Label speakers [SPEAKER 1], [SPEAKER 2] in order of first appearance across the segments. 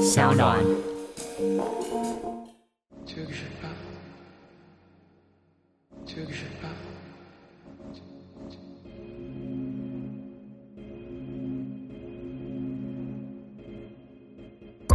[SPEAKER 1] 小暖。
[SPEAKER 2] 就是吧，就是吧。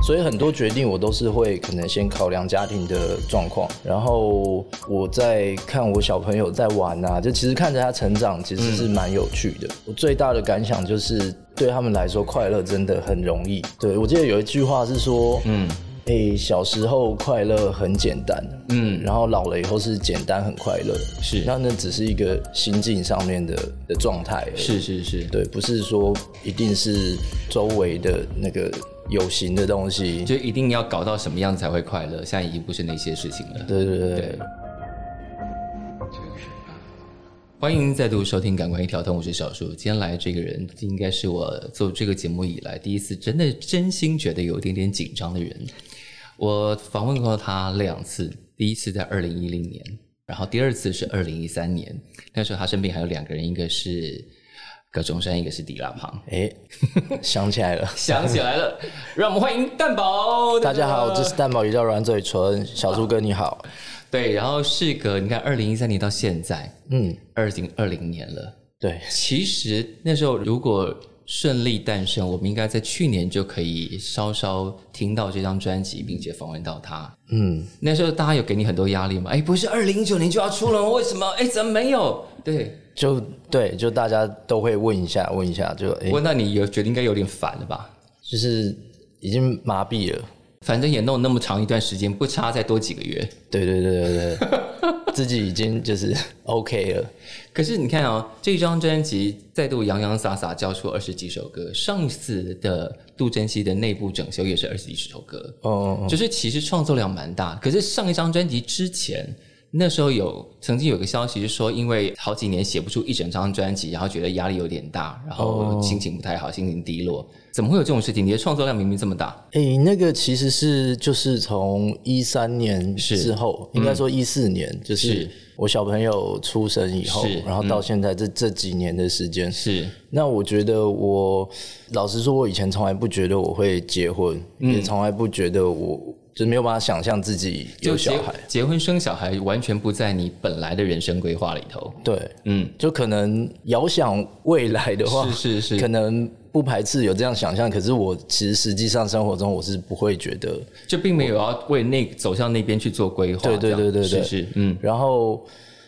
[SPEAKER 3] 所以很多决定我都是会可能先考量家庭的状况，然后我在看我小朋友在玩啊，就其实看着他成长，其实是蛮有趣的。我最大的感想就是，对他们来说，快乐真的很容易。对我记得有一句话是说，嗯。诶、小时候快乐很简单，嗯，然后老了以后是简单很快乐，
[SPEAKER 4] 是
[SPEAKER 3] 那那只是一个心境上面的的状态而已，
[SPEAKER 4] 是是是，
[SPEAKER 3] 对，不是说一定是周围的那个有形的东西。
[SPEAKER 4] 就一定要搞到什么样才会快乐？现在已经不是那些事情了。
[SPEAKER 3] 对对对对，
[SPEAKER 4] 欢迎再度收听《感官一条通》，我是小树。今天来这个人，应该是我做这个节目以来第一次真的真心觉得有一点点紧张的人。我访问过他两次，第一次在二零一零年，然后第二次是二零一三年。那时候他身边还有两个人，一个是葛中山，一个是迪拉庞。。
[SPEAKER 3] 哎、 想起来了
[SPEAKER 4] 想起来了，让我们欢迎蛋宝。
[SPEAKER 3] 大家
[SPEAKER 4] 啊
[SPEAKER 3] 好，这是蛋堡鱼叫软嘴唇，小猪哥你好。
[SPEAKER 4] 对，然后事隔你看，二零一三年到现在，
[SPEAKER 3] 嗯，
[SPEAKER 4] 二零二零年了。
[SPEAKER 3] 对，
[SPEAKER 4] 其实那时候如果顺利诞生，我们应该在去年就可以稍稍听到这张专辑，并且访问到他。
[SPEAKER 3] 嗯，
[SPEAKER 4] 那时候大家有给你很多压力吗？哎，不是二零一九年就要出了，为什么？哎，怎么没有？对，
[SPEAKER 3] 就对，就大家都会问一下，问一下，就哎、
[SPEAKER 4] 我那你有觉得应该有点烦了吧？
[SPEAKER 3] 就是已经麻痹了。
[SPEAKER 4] 反正也弄那么长一段时间，不差再多几个月。
[SPEAKER 3] 对对对 对对，自己已经就是 OK 了。
[SPEAKER 4] 可是你看啊、这张专辑再度洋洋洒洒交出二十几首歌，上次的杜珍熙的内部整修也是二十几首歌，
[SPEAKER 3] 哦、嗯，
[SPEAKER 4] 就是其实创作量蛮大。可是上一张专辑之前，那时候有曾经有个消息是说，因为好几年写不出一整张专辑，然后觉得压力有点大，然
[SPEAKER 3] 哦
[SPEAKER 4] 后心情不太好，心情低落。怎么会有这种事情？你的创作量明明这么大，
[SPEAKER 3] 哎、那个其实是就是从一三年
[SPEAKER 4] 是嗯
[SPEAKER 3] 之后，应该说一四年，就是
[SPEAKER 4] 是
[SPEAKER 3] 我小朋友出生以后
[SPEAKER 4] 是，嗯
[SPEAKER 3] 然后到现在这、这几年的时间，
[SPEAKER 4] 是
[SPEAKER 3] 那我觉得我老实说，我以前从来不觉得我会结婚，
[SPEAKER 4] 嗯
[SPEAKER 3] 也从来不觉得我就没有办法想象自己有
[SPEAKER 4] 就
[SPEAKER 3] 小
[SPEAKER 4] 结
[SPEAKER 3] 孩，
[SPEAKER 4] 结婚生小孩完全不在你本来的人生规划里头。
[SPEAKER 3] 对，
[SPEAKER 4] 嗯，
[SPEAKER 3] 就可能遥想未来的话，
[SPEAKER 4] 是是
[SPEAKER 3] 可
[SPEAKER 4] 是，
[SPEAKER 3] 能不排斥有这样想象，可是我其实实际上生活中我是不会觉得
[SPEAKER 4] 就并没有要为那走向那边去做规划。
[SPEAKER 3] 对对
[SPEAKER 4] 这样
[SPEAKER 3] 对对
[SPEAKER 4] 是
[SPEAKER 3] 对
[SPEAKER 4] 是，嗯，
[SPEAKER 3] 然后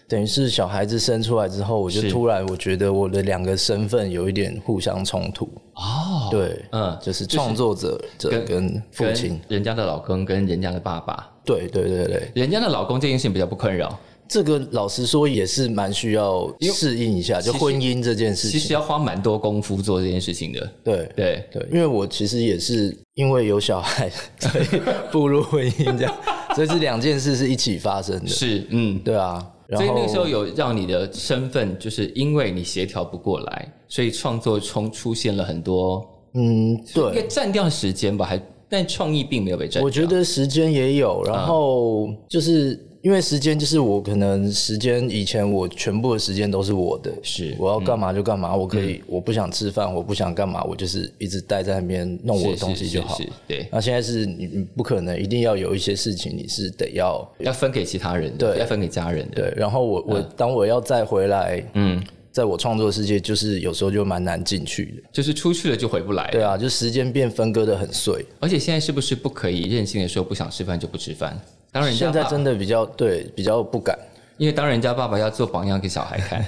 [SPEAKER 3] 等于是小孩子生出来之后，我就是突然我觉得我的两个身份有一点互相冲突，
[SPEAKER 4] 哦，
[SPEAKER 3] 对，
[SPEAKER 4] 嗯
[SPEAKER 3] 就是创作者者
[SPEAKER 4] 跟
[SPEAKER 3] 跟父亲，，
[SPEAKER 4] 人家的老公跟人家的爸爸，
[SPEAKER 3] 对对对对，
[SPEAKER 4] 人家的老公这件事情比较不困扰。
[SPEAKER 3] 这个老实说也是蛮需要适应一下，就婚姻这件事
[SPEAKER 4] 其实
[SPEAKER 3] 情，
[SPEAKER 4] 要花蛮多功夫做这件事情的。
[SPEAKER 3] 对。
[SPEAKER 4] 对，
[SPEAKER 3] 对，因为我其实也是因为有小孩， 所以步入婚 姻这样，所以这两件事是一起发生的。
[SPEAKER 4] 是，嗯。
[SPEAKER 3] 对啊，然
[SPEAKER 4] 所
[SPEAKER 3] 后
[SPEAKER 4] 以那个时候有让你的身份，就是因为你协调不过来，所以创作中出现了很多，
[SPEAKER 3] 嗯，
[SPEAKER 4] 应该
[SPEAKER 3] 对，
[SPEAKER 4] 占掉时间吧，还但创意并没有被占掉。
[SPEAKER 3] 我觉得时间也有，
[SPEAKER 4] 嗯
[SPEAKER 3] 然后就是。因为时间就是我可能时间以前我全部的时间都是我的，
[SPEAKER 4] 是嗯
[SPEAKER 3] 我要干嘛就干嘛，我可以、我不想吃饭，我不想干嘛，我就是一直待在那边弄我的
[SPEAKER 4] 是
[SPEAKER 3] 东西就好
[SPEAKER 4] 是。是是对，
[SPEAKER 3] 那现在是你你不可能一定要有一些事情你是得要
[SPEAKER 4] 要分给其他人的，
[SPEAKER 3] 对
[SPEAKER 4] 要分给家人的。
[SPEAKER 3] 对，然后我我、当我要再回来，嗯，在我创作世界就是有时候就蛮难进去的，
[SPEAKER 4] 就是出去了就回不来。
[SPEAKER 3] 对，啊，就时间变分割的很碎。
[SPEAKER 4] 而且现在是不是不可以任性的说不想吃饭就不吃饭？当然，
[SPEAKER 3] 现在真的比较对，比较不敢。
[SPEAKER 4] 因为当人家爸爸要做榜样给小孩 看，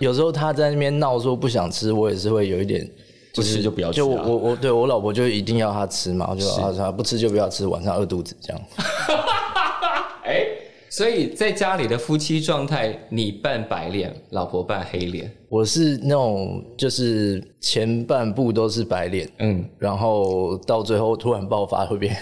[SPEAKER 3] 有时候他在那边闹说不想吃，我也是会有一点，
[SPEAKER 4] 不吃就不要吃、啊。
[SPEAKER 3] 就我我我对我老婆就一定要他吃嘛，我就啊他不吃就不要吃，晚上饿肚子这样。
[SPEAKER 4] 哎，所以在家里的夫妻状态，你扮白脸，老婆扮黑脸。
[SPEAKER 3] 我是那种就是前半部都是白脸，
[SPEAKER 4] 嗯，
[SPEAKER 3] 然后到最后突然爆发会变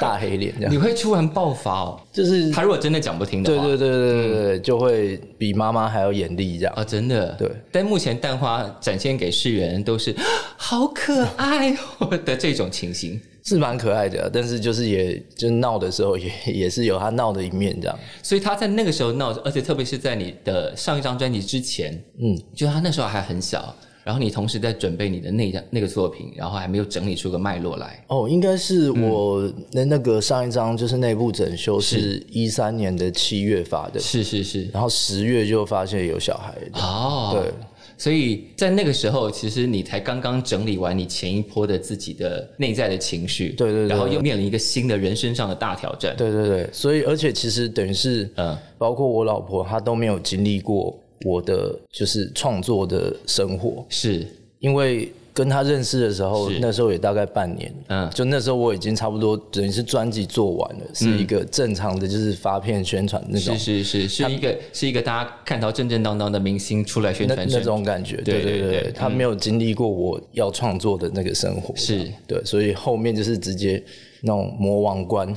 [SPEAKER 3] 大黑脸这样
[SPEAKER 4] 你，会突然爆发哦。
[SPEAKER 3] 就是
[SPEAKER 4] 他如果真的讲不听的
[SPEAKER 3] 啊对
[SPEAKER 4] 话，
[SPEAKER 3] 对对对对对，就会比妈妈还要严厉这样。
[SPEAKER 4] 啊，真的。
[SPEAKER 3] 对，
[SPEAKER 4] 但目前蛋花展现给世人都是 好可爱哦的这种情形。
[SPEAKER 3] 是蛮可爱的啊，但是就是也就闹的时候也 也是有他闹的一面这样。
[SPEAKER 4] 所以他在那个时候闹，而且特别是在你的上一张专辑之前，嗯，就他那时候还很小，然后你同时在准备你的那张那个作品，然后还没有整理出个脉络来。
[SPEAKER 3] 哦，应该是我那那个上一张就是内部整修嗯是一三年的七月发的，
[SPEAKER 4] 是是是，
[SPEAKER 3] 然后十月就发现有小孩的。
[SPEAKER 4] 哦，
[SPEAKER 3] 对，
[SPEAKER 4] 所以在那个时候，其实你才刚刚整理完你前一波的自己的内在的情绪，
[SPEAKER 3] 对对对
[SPEAKER 4] 然后又面临一个新的人生上的大挑战，，
[SPEAKER 3] 对对对，所以而且其实等于是，
[SPEAKER 4] 嗯
[SPEAKER 3] 包括我老婆她都没有经历过我的就是创作的生活，
[SPEAKER 4] 是
[SPEAKER 3] 因为跟她认识的时候，
[SPEAKER 4] 是
[SPEAKER 3] 那时候也大概半年，
[SPEAKER 4] 嗯
[SPEAKER 3] 就那时候我已经差不多等于是专辑做完了，是一个正常的就是发片宣传那种
[SPEAKER 4] 嗯是是是，是一个是一个大家看到正正当当的明星出来宣
[SPEAKER 3] 那
[SPEAKER 4] 传
[SPEAKER 3] 那
[SPEAKER 4] 宣
[SPEAKER 3] 种感觉，
[SPEAKER 4] 对
[SPEAKER 3] 对
[SPEAKER 4] 对
[SPEAKER 3] 对
[SPEAKER 4] 对嗯
[SPEAKER 3] 对，他没有经历过我要创作的那个生活，
[SPEAKER 4] 是
[SPEAKER 3] 对，所以后面就是直接那种魔王关，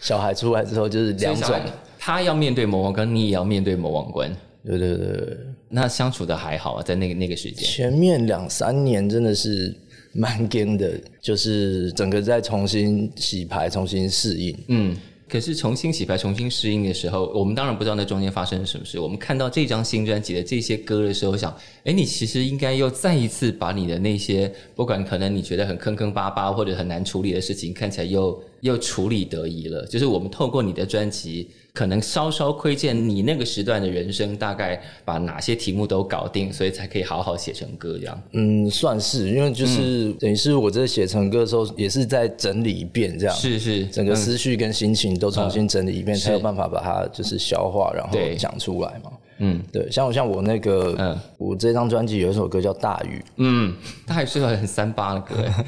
[SPEAKER 3] 小孩出来之后就是两种
[SPEAKER 4] 所以，小孩他要面对魔王关，你也要面对魔王关，
[SPEAKER 3] 对对对对。
[SPEAKER 4] 那相处的还好啊，在那个那个时间，
[SPEAKER 3] 前面两三年真的是蛮 g 的，就是整个在重新洗牌、重新适应。
[SPEAKER 4] 嗯。可是重新洗牌、重新适应的时候，我们当然不知道那中间发生了什么事。我们看到这张新专辑的这些歌的时候，想，哎，你其实应该又再一次把你的那些，不管可能你觉得很坑坑巴巴或者很难处理的事情，看起来又又处理得宜了。就是我们透过你的专辑，可能稍稍窥见你那个时段的人生，大概把哪些题目都搞定，所以才可以好好写成歌这样。
[SPEAKER 3] 嗯，算是，因为就是、
[SPEAKER 4] 嗯
[SPEAKER 3] 等于是我这写成歌的时候，也是在整理一遍，这样
[SPEAKER 4] 是是，
[SPEAKER 3] 整个思绪跟心情都重新整理一遍，
[SPEAKER 4] 嗯
[SPEAKER 3] 才有办法把它就是消化，然后
[SPEAKER 4] 对
[SPEAKER 3] 讲出来嘛。
[SPEAKER 4] 嗯
[SPEAKER 3] 对，像我像我那个，
[SPEAKER 4] 嗯
[SPEAKER 3] 我这张专辑有一首歌叫《大 雨
[SPEAKER 4] 嗯，他还是很三八的歌，哎》，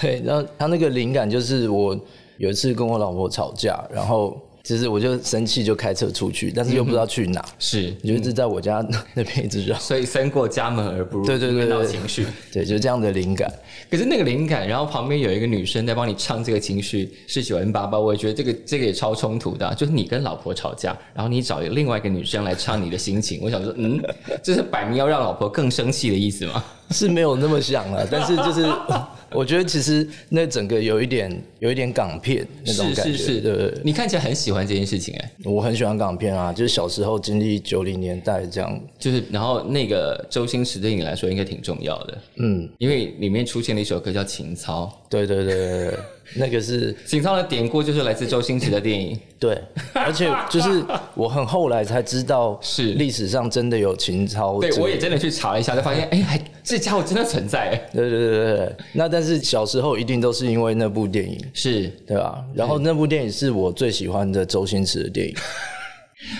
[SPEAKER 3] 对，然后它那个灵感就是我有一次跟我老婆吵架，然后其实我就生气就开车出去，但是又不知道去哪，
[SPEAKER 4] 是，
[SPEAKER 3] 你就一直在我家那边一直绕，
[SPEAKER 4] 所以三过家门而不入，
[SPEAKER 3] 对对对
[SPEAKER 4] 因为闹
[SPEAKER 3] 对
[SPEAKER 4] 情绪。
[SPEAKER 3] 对，就这样的灵感。
[SPEAKER 4] 可是那个灵感，然后旁边有一个女生在帮你唱这个情绪是九 N 八八，我也觉得这个这个也超冲突的啊、就是你跟老婆吵架，然后你找另外一个女生来唱你的心情，我想说，嗯，这是摆明要让老婆更生气的意思吗？
[SPEAKER 3] 是没有那么想了，但是就是我觉得其实那整个有一点有一点港片 那种
[SPEAKER 4] 是
[SPEAKER 3] 感觉，
[SPEAKER 4] 是是，
[SPEAKER 3] 对对对
[SPEAKER 4] 你看起来很喜欢这件事情哎、
[SPEAKER 3] 我很喜欢港片啊，就是小时候经历九零年代这样，
[SPEAKER 4] 就是然后那个周星驰对你来说应该挺重要的，
[SPEAKER 3] 嗯，
[SPEAKER 4] 因为里面出现了一首歌叫《情操》，
[SPEAKER 3] 对对对对对，那个是
[SPEAKER 4] 情操的典故就是来自周星驰的电影。
[SPEAKER 3] 对，而且就是我很后来才知道，
[SPEAKER 4] 是
[SPEAKER 3] 历史上真的有秦操这
[SPEAKER 4] 对
[SPEAKER 3] 个，，
[SPEAKER 4] 我也真的去查了一下，才发现，哎、还这家伙真的存在。哎
[SPEAKER 3] 对对对对对，那但是小时候一定都是因为那部电影。
[SPEAKER 4] 是
[SPEAKER 3] 对吧？然后那部电影是我最喜欢的周星驰的电影，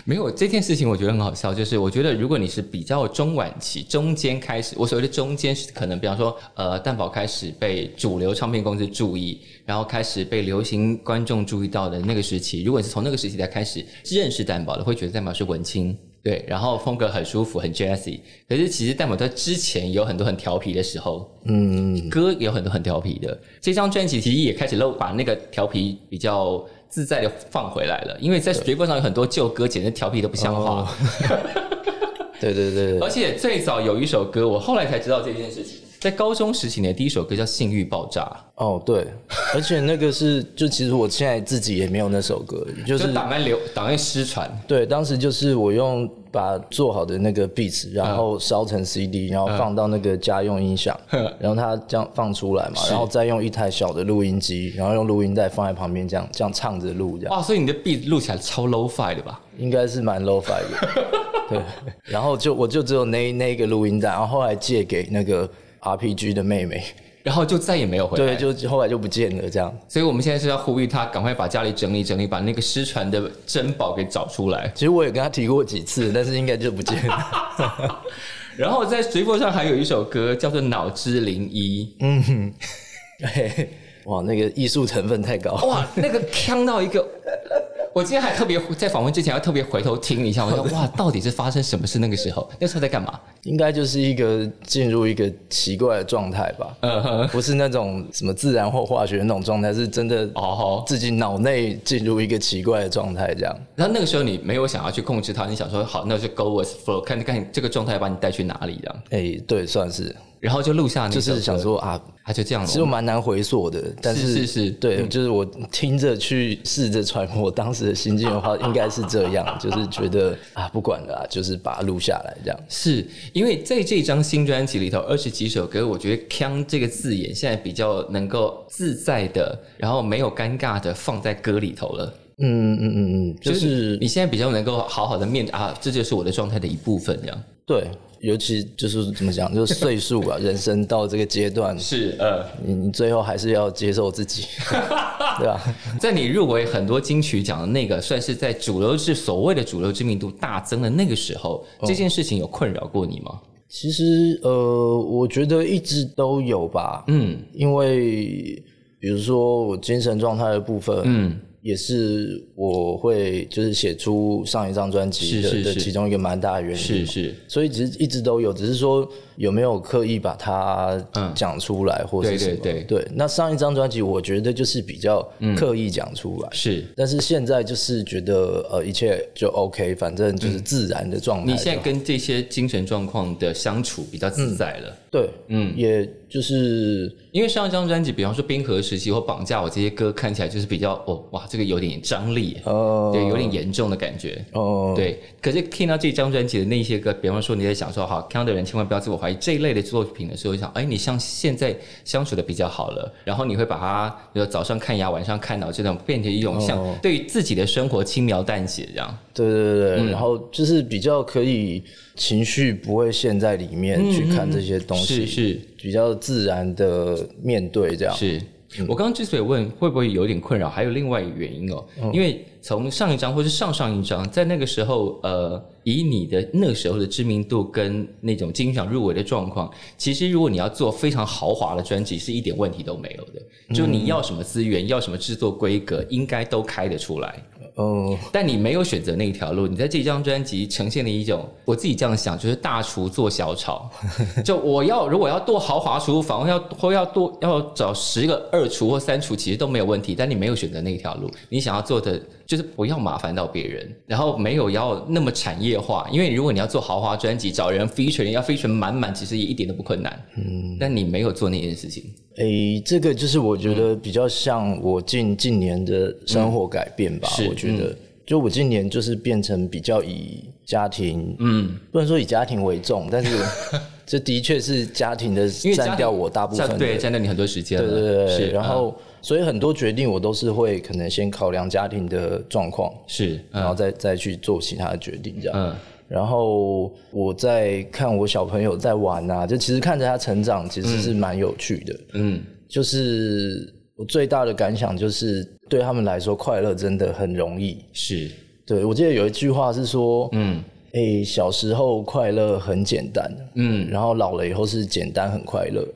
[SPEAKER 4] 没有这件事情，我觉得很好笑。就是我觉得，如果你是比较中晚期、中间开始，我所谓的中间是可能，比方说，呃，蛋堡开始被主流唱片公司注意，然后开始被流行观众注意到的那个时期，如果你是从那个时期才开始认识蛋堡的，会觉得蛋堡是文青。对，然后风格很舒服，很 jazzy。可是其实蛋堡在之前有很多很调皮的时候，
[SPEAKER 3] 嗯，
[SPEAKER 4] 歌也有很多很调皮的。这张专辑其实也开始露把那个调皮比较自在的放回来了，因为在 Streamboard 上有很多旧歌，简直调皮的不像
[SPEAKER 3] 哦
[SPEAKER 4] 话。
[SPEAKER 3] 对对对 对
[SPEAKER 4] 而且最早有一首歌，我后来才知道这件事情，在高中时期你的第一首歌叫《性欲爆炸
[SPEAKER 3] 哦，对，而且那个是，就其实我现在自己也没有那首歌，就》，
[SPEAKER 4] 就是档案流档案失传。
[SPEAKER 3] 对，当时就是我用把做好的那个 beats，然后
[SPEAKER 4] 嗯
[SPEAKER 3] 烧成 CD，然后放到那个家用音响，然后它这样放出来嘛，然后再用一台小的录音机，然后用录音带放在旁边，这样这样唱着录，这样
[SPEAKER 4] 哇，所以你的 beat 录起来超 low fi 的吧？
[SPEAKER 3] 应该是蛮 low fi 的。 对，然后就我就只有那那个录音带，然后后来借给那个 RPG 的妹妹，
[SPEAKER 4] 然后就再也没有回来。
[SPEAKER 3] 对，就后来就不见了这样。
[SPEAKER 4] 所以我们现在是要呼吁他赶快把家里整理整理，把那个失传的珍宝给找出来。
[SPEAKER 3] 其实我也跟她提过几次， 但是应该就不见 了。
[SPEAKER 4] 然后在 Streamboard 上还有一首歌叫做《脑之零一》。
[SPEAKER 3] 嘿 哇，那个艺术成分太高。
[SPEAKER 4] 哇，那个呛到一个，我今天还特别在访问之前还特别回头听一下，我说哇，到底是发生什么事？那个时 候，那时候在干嘛？
[SPEAKER 3] 应该就是一个进入一个奇怪的状态吧，
[SPEAKER 4] 嗯哼，
[SPEAKER 3] 不是那种什么自然或化学那种状态，是真的
[SPEAKER 4] 哦吼，
[SPEAKER 3] 自己脑内进入一个奇怪的状态，这样。
[SPEAKER 4] 然后那个时候你没有想要去控制它，你想说好，那就 go with flow，看看这个状态把你带去哪里这样。
[SPEAKER 3] 哎、对，算是
[SPEAKER 4] 然后就录下那
[SPEAKER 3] 就
[SPEAKER 4] 首歌
[SPEAKER 3] 是想，说啊，
[SPEAKER 4] 哦他就这样了
[SPEAKER 3] 其实我蛮难回溯的，但是嗯
[SPEAKER 4] 是是
[SPEAKER 3] 对，就是我听着去试着揣摩当时的心境的话，应该是这样，就是觉得啊，不管了啦，就是把它录下来这样。
[SPEAKER 4] 是因为在这张新专辑里头，二十几首歌，我觉得“腔”这个字眼现在比较能够自在的，然后没有尴尬的放在歌里头了。
[SPEAKER 3] 嗯嗯嗯嗯，就是
[SPEAKER 4] 你现在比较能够好好的面对啊，这就是我的状态的一部分，这样
[SPEAKER 3] 对，尤其就是怎么讲，就是岁数 吧，人生到这个阶段，
[SPEAKER 4] 是呃，
[SPEAKER 3] 你你最后还是要接受 自己，对吧、
[SPEAKER 4] 在你入围很多金曲奖的那个，算是在主流是所谓的主流知名度大增的那个时候，这件事情有困扰过你吗？
[SPEAKER 3] 其实呃，我觉得一直都有吧，
[SPEAKER 4] 嗯
[SPEAKER 3] 因为比如说我精神状态的部分，
[SPEAKER 4] 嗯，
[SPEAKER 3] 也是我会就是写出上一张专辑
[SPEAKER 4] 是
[SPEAKER 3] 的
[SPEAKER 4] 是
[SPEAKER 3] 的
[SPEAKER 4] 是
[SPEAKER 3] 其中一个蛮大的原因，
[SPEAKER 4] 是是，
[SPEAKER 3] 所以其实一直都有，只是说有没有刻意把它
[SPEAKER 4] 嗯
[SPEAKER 3] 讲出来或
[SPEAKER 4] 对
[SPEAKER 3] 是
[SPEAKER 4] 对
[SPEAKER 3] 什么？
[SPEAKER 4] 对
[SPEAKER 3] 那上一张专辑我觉得就是比较刻意讲出来。
[SPEAKER 4] 是。
[SPEAKER 3] 但是现在就是觉得呃一切就 OK，反正就是自然的状态就
[SPEAKER 4] 嗯
[SPEAKER 3] 好、
[SPEAKER 4] 你现在跟这些精神状况的相处比较自在了。
[SPEAKER 3] 对，嗯，也就是
[SPEAKER 4] 因为上一张专辑，比方说《冰河时期》或《绑架我》这些歌，看起来就是比较哦，哇，这个有点张力，
[SPEAKER 3] 呃
[SPEAKER 4] 对，有点严重的感觉。
[SPEAKER 3] 呃
[SPEAKER 4] 对，可是听到这张专辑的那些歌，比方说你在想说，好，看到的人千万不要自我怀疑这一类的作品的时候，想，哎，你像现在相处的比较好了，然后你会把它，比如早上看牙，晚上看脑，这种变成一种像对于自己的生活轻描淡写这样。
[SPEAKER 3] 对对对，
[SPEAKER 4] 嗯
[SPEAKER 3] 对，然后就是比较可以情绪不会陷在里面去看这些东西，
[SPEAKER 4] 嗯是是
[SPEAKER 3] 比较自然的面对这样。
[SPEAKER 4] 是我刚刚之所以问会不会有点困扰，还有另外一个原因哦，因为从上一张或是上上一张，在那个时候，呃，以你的那时候的知名度跟那种金奖入围的状况，其实如果你要做非常豪华的专辑，是一点问题都没有的，就你要什么资源，要什么制作规格，应该都开得出来。
[SPEAKER 3] 嗯，
[SPEAKER 4] 但你没有选择那一条路，你在这张专辑呈现了一种我自己这样想，就是大厨做小炒， 就我要如果要多豪华厨房，要或要多要找十个二厨或三厨，其实都没有问题。但你没有选择那一条路，你想要做的就是不要麻烦到别人，然后没有要那么产业化，因为如果你要做豪华专辑，找人 feature 要 feature 满满，其实也一点都不困难。嗯，但你没有做那件事情，
[SPEAKER 3] 诶、这个就是我觉得比较像我近近年的生活改变吧。
[SPEAKER 4] 是嗯
[SPEAKER 3] 我觉得，就我近年就是变成比较以家庭，嗯，不能说以家庭为重，但是这的确是家庭的
[SPEAKER 4] 因为家
[SPEAKER 3] 占
[SPEAKER 4] 庭
[SPEAKER 3] 掉我大部分的
[SPEAKER 4] 占对占掉你很多时间了，
[SPEAKER 3] 对对对，
[SPEAKER 4] 是，
[SPEAKER 3] 然
[SPEAKER 4] 嗯
[SPEAKER 3] 后、所以很多决定我都是会可能先考量家庭的状况，
[SPEAKER 4] 是嗯
[SPEAKER 3] 然后再再去做其他的决定这样。
[SPEAKER 4] 嗯
[SPEAKER 3] 然后我在看我小朋友在玩啊，就其实看着他成长，其实是蛮有趣的。
[SPEAKER 4] 嗯。
[SPEAKER 3] 就是我最大的感想就是，对他们来说，快乐真的很容易。
[SPEAKER 4] 是，
[SPEAKER 3] 对我记得有一句话是说，
[SPEAKER 4] 嗯，
[SPEAKER 3] 诶、小时候快乐很简单，嗯，然后老了以后是简单很快乐。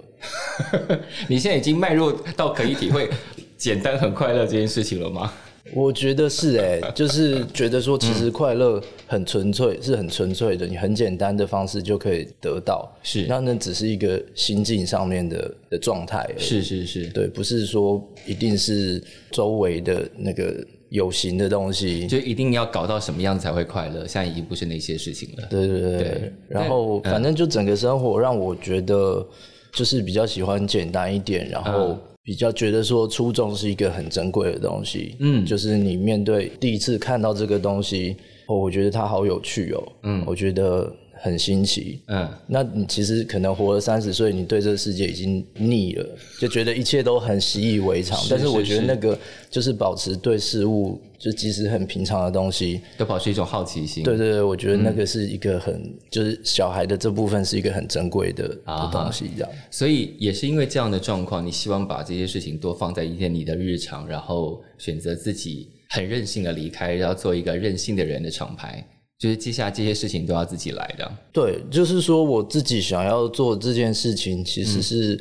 [SPEAKER 4] 你现在已经迈入到可以体会简单很快乐这件事情了吗？
[SPEAKER 3] 我觉得是 哎、就是觉得说，其实快乐很纯
[SPEAKER 4] 嗯
[SPEAKER 3] 粹，是很纯粹的，你很简单的方式就可以得到。
[SPEAKER 4] 是
[SPEAKER 3] 那那只是一个心境上面的的状态而已。
[SPEAKER 4] 是是是，
[SPEAKER 3] 对，不是说一定是周围的那个有形的东西。
[SPEAKER 4] 就一定要搞到什么样子才会快乐？现在已经不是那些事情了。
[SPEAKER 3] 对对对
[SPEAKER 4] 对
[SPEAKER 3] 对。嗯然后反正就整个生活让我觉得，就是比较喜欢简单一点，然后比较觉得说初衷是一个很珍贵的东西。嗯，就是你面对第一次看到这个东西，哦，我觉得它好有趣哦。嗯，我觉得很新奇。
[SPEAKER 4] 嗯，
[SPEAKER 3] 那你其实可能活了三十岁，你对这个世界已经腻了，就觉得一切都很习以为常。但是
[SPEAKER 4] 是
[SPEAKER 3] 我觉得
[SPEAKER 4] 是
[SPEAKER 3] 那个就是保持对事物，就即使很平常的东西，
[SPEAKER 4] 都保持一种好奇心。
[SPEAKER 3] 对对对，我觉得那个是一个很，就是小孩的这部分是一个很珍贵的
[SPEAKER 4] 啊
[SPEAKER 3] 的东西，这样。
[SPEAKER 4] 所以也是因为这样的状况，你希望把这些事情多放在一些你的日常，然后选择自己很任性的离开，然后做一个任性的人的厂牌，就是接下来这些事情都要自己来的。
[SPEAKER 3] 对，就是说我自己想要做这件事情，其实是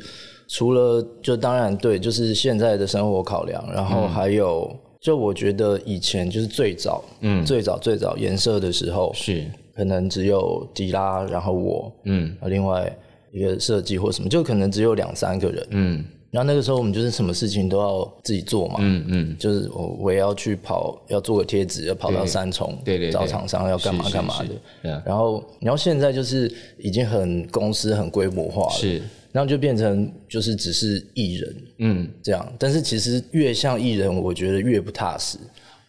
[SPEAKER 3] 除了就当然对，就是现在的生活考量，然后还有、就我觉得以前就是最早，嗯，最早最早颜色的时候
[SPEAKER 4] 是，
[SPEAKER 3] 可能只有迪拉，然后我，啊
[SPEAKER 4] 嗯
[SPEAKER 3] 嗯，另外一个设计或什么，就可能只有两三个人，
[SPEAKER 4] 嗯，
[SPEAKER 3] 然后那个时候我们就是什么事情都要自己做嘛，
[SPEAKER 4] 嗯嗯，
[SPEAKER 3] 就是我我也要去跑，要做个贴纸，要跑到
[SPEAKER 4] 对
[SPEAKER 3] 三重，
[SPEAKER 4] 对对对
[SPEAKER 3] 找厂商要干嘛
[SPEAKER 4] 是是
[SPEAKER 3] 干嘛的
[SPEAKER 4] 是。对啊
[SPEAKER 3] 然后，然后现在就是已经很公司很规模化了，
[SPEAKER 4] 是，
[SPEAKER 3] 然后就变成就是只是艺人
[SPEAKER 4] 嗯
[SPEAKER 3] 这样，但是其实越像艺人，我觉得越不踏实。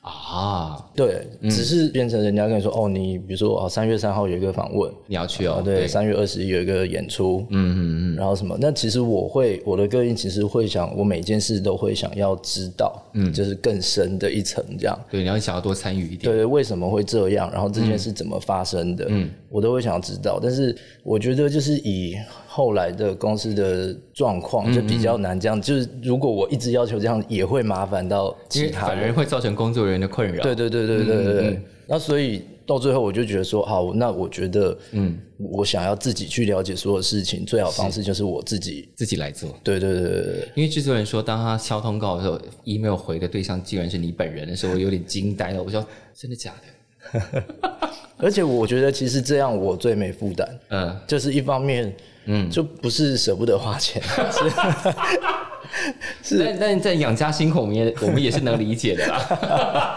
[SPEAKER 4] 啊，
[SPEAKER 3] 对，只是变成人家跟你说哦，你比如说哦，三月三号有一个访问，
[SPEAKER 4] 你要去
[SPEAKER 3] 啊，
[SPEAKER 4] 哦，
[SPEAKER 3] 对，三月二十一有一个演出，
[SPEAKER 4] 嗯嗯嗯，
[SPEAKER 3] 然后什么？那其实我会我的个性其实会想，我每件事都会想要知道，嗯，就是更深的一层这样。
[SPEAKER 4] 对，你要想要多参与一点，
[SPEAKER 3] 对对，为什么会这样？然后这件事怎么发生的？嗯，我都会想要知道。但是我觉得，就是以后来的公司的状况，就比较难这样。就是如果我一直要求这样，也会麻烦到
[SPEAKER 4] 因
[SPEAKER 3] 其
[SPEAKER 4] 为
[SPEAKER 3] 他
[SPEAKER 4] 反
[SPEAKER 3] 人
[SPEAKER 4] 而。会造成工作人员的困扰。
[SPEAKER 3] 对对对对对对对。那所以到最后，我就觉得说，好，那我觉得，嗯，我想要自己去了解所有事情，最好的方式就是我自己。
[SPEAKER 4] 自己来做。
[SPEAKER 3] 对对对对对
[SPEAKER 4] 因为制作人说，当他敲通告的时候，email 回的对象竟然是你本人的时候，我有点惊呆了。我说：“真的假的
[SPEAKER 3] 而且我觉得，其实这样我最没负担。？”
[SPEAKER 4] 嗯，
[SPEAKER 3] 就是一方面，嗯，就不是舍不得花钱，
[SPEAKER 4] 是。但但在养家辛苦，我们也我们也是能理解的 啦。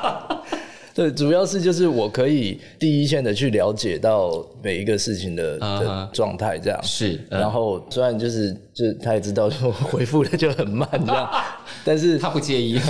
[SPEAKER 3] 对，主要是就是我可以第一线的去了解到每一个事情的
[SPEAKER 4] 啊
[SPEAKER 3] 的
[SPEAKER 4] 哈
[SPEAKER 3] 状态这样。
[SPEAKER 4] 是，嗯
[SPEAKER 3] 然后虽然就是就是 他也知道说回复的就很慢这 样，但是
[SPEAKER 4] 他不介 意。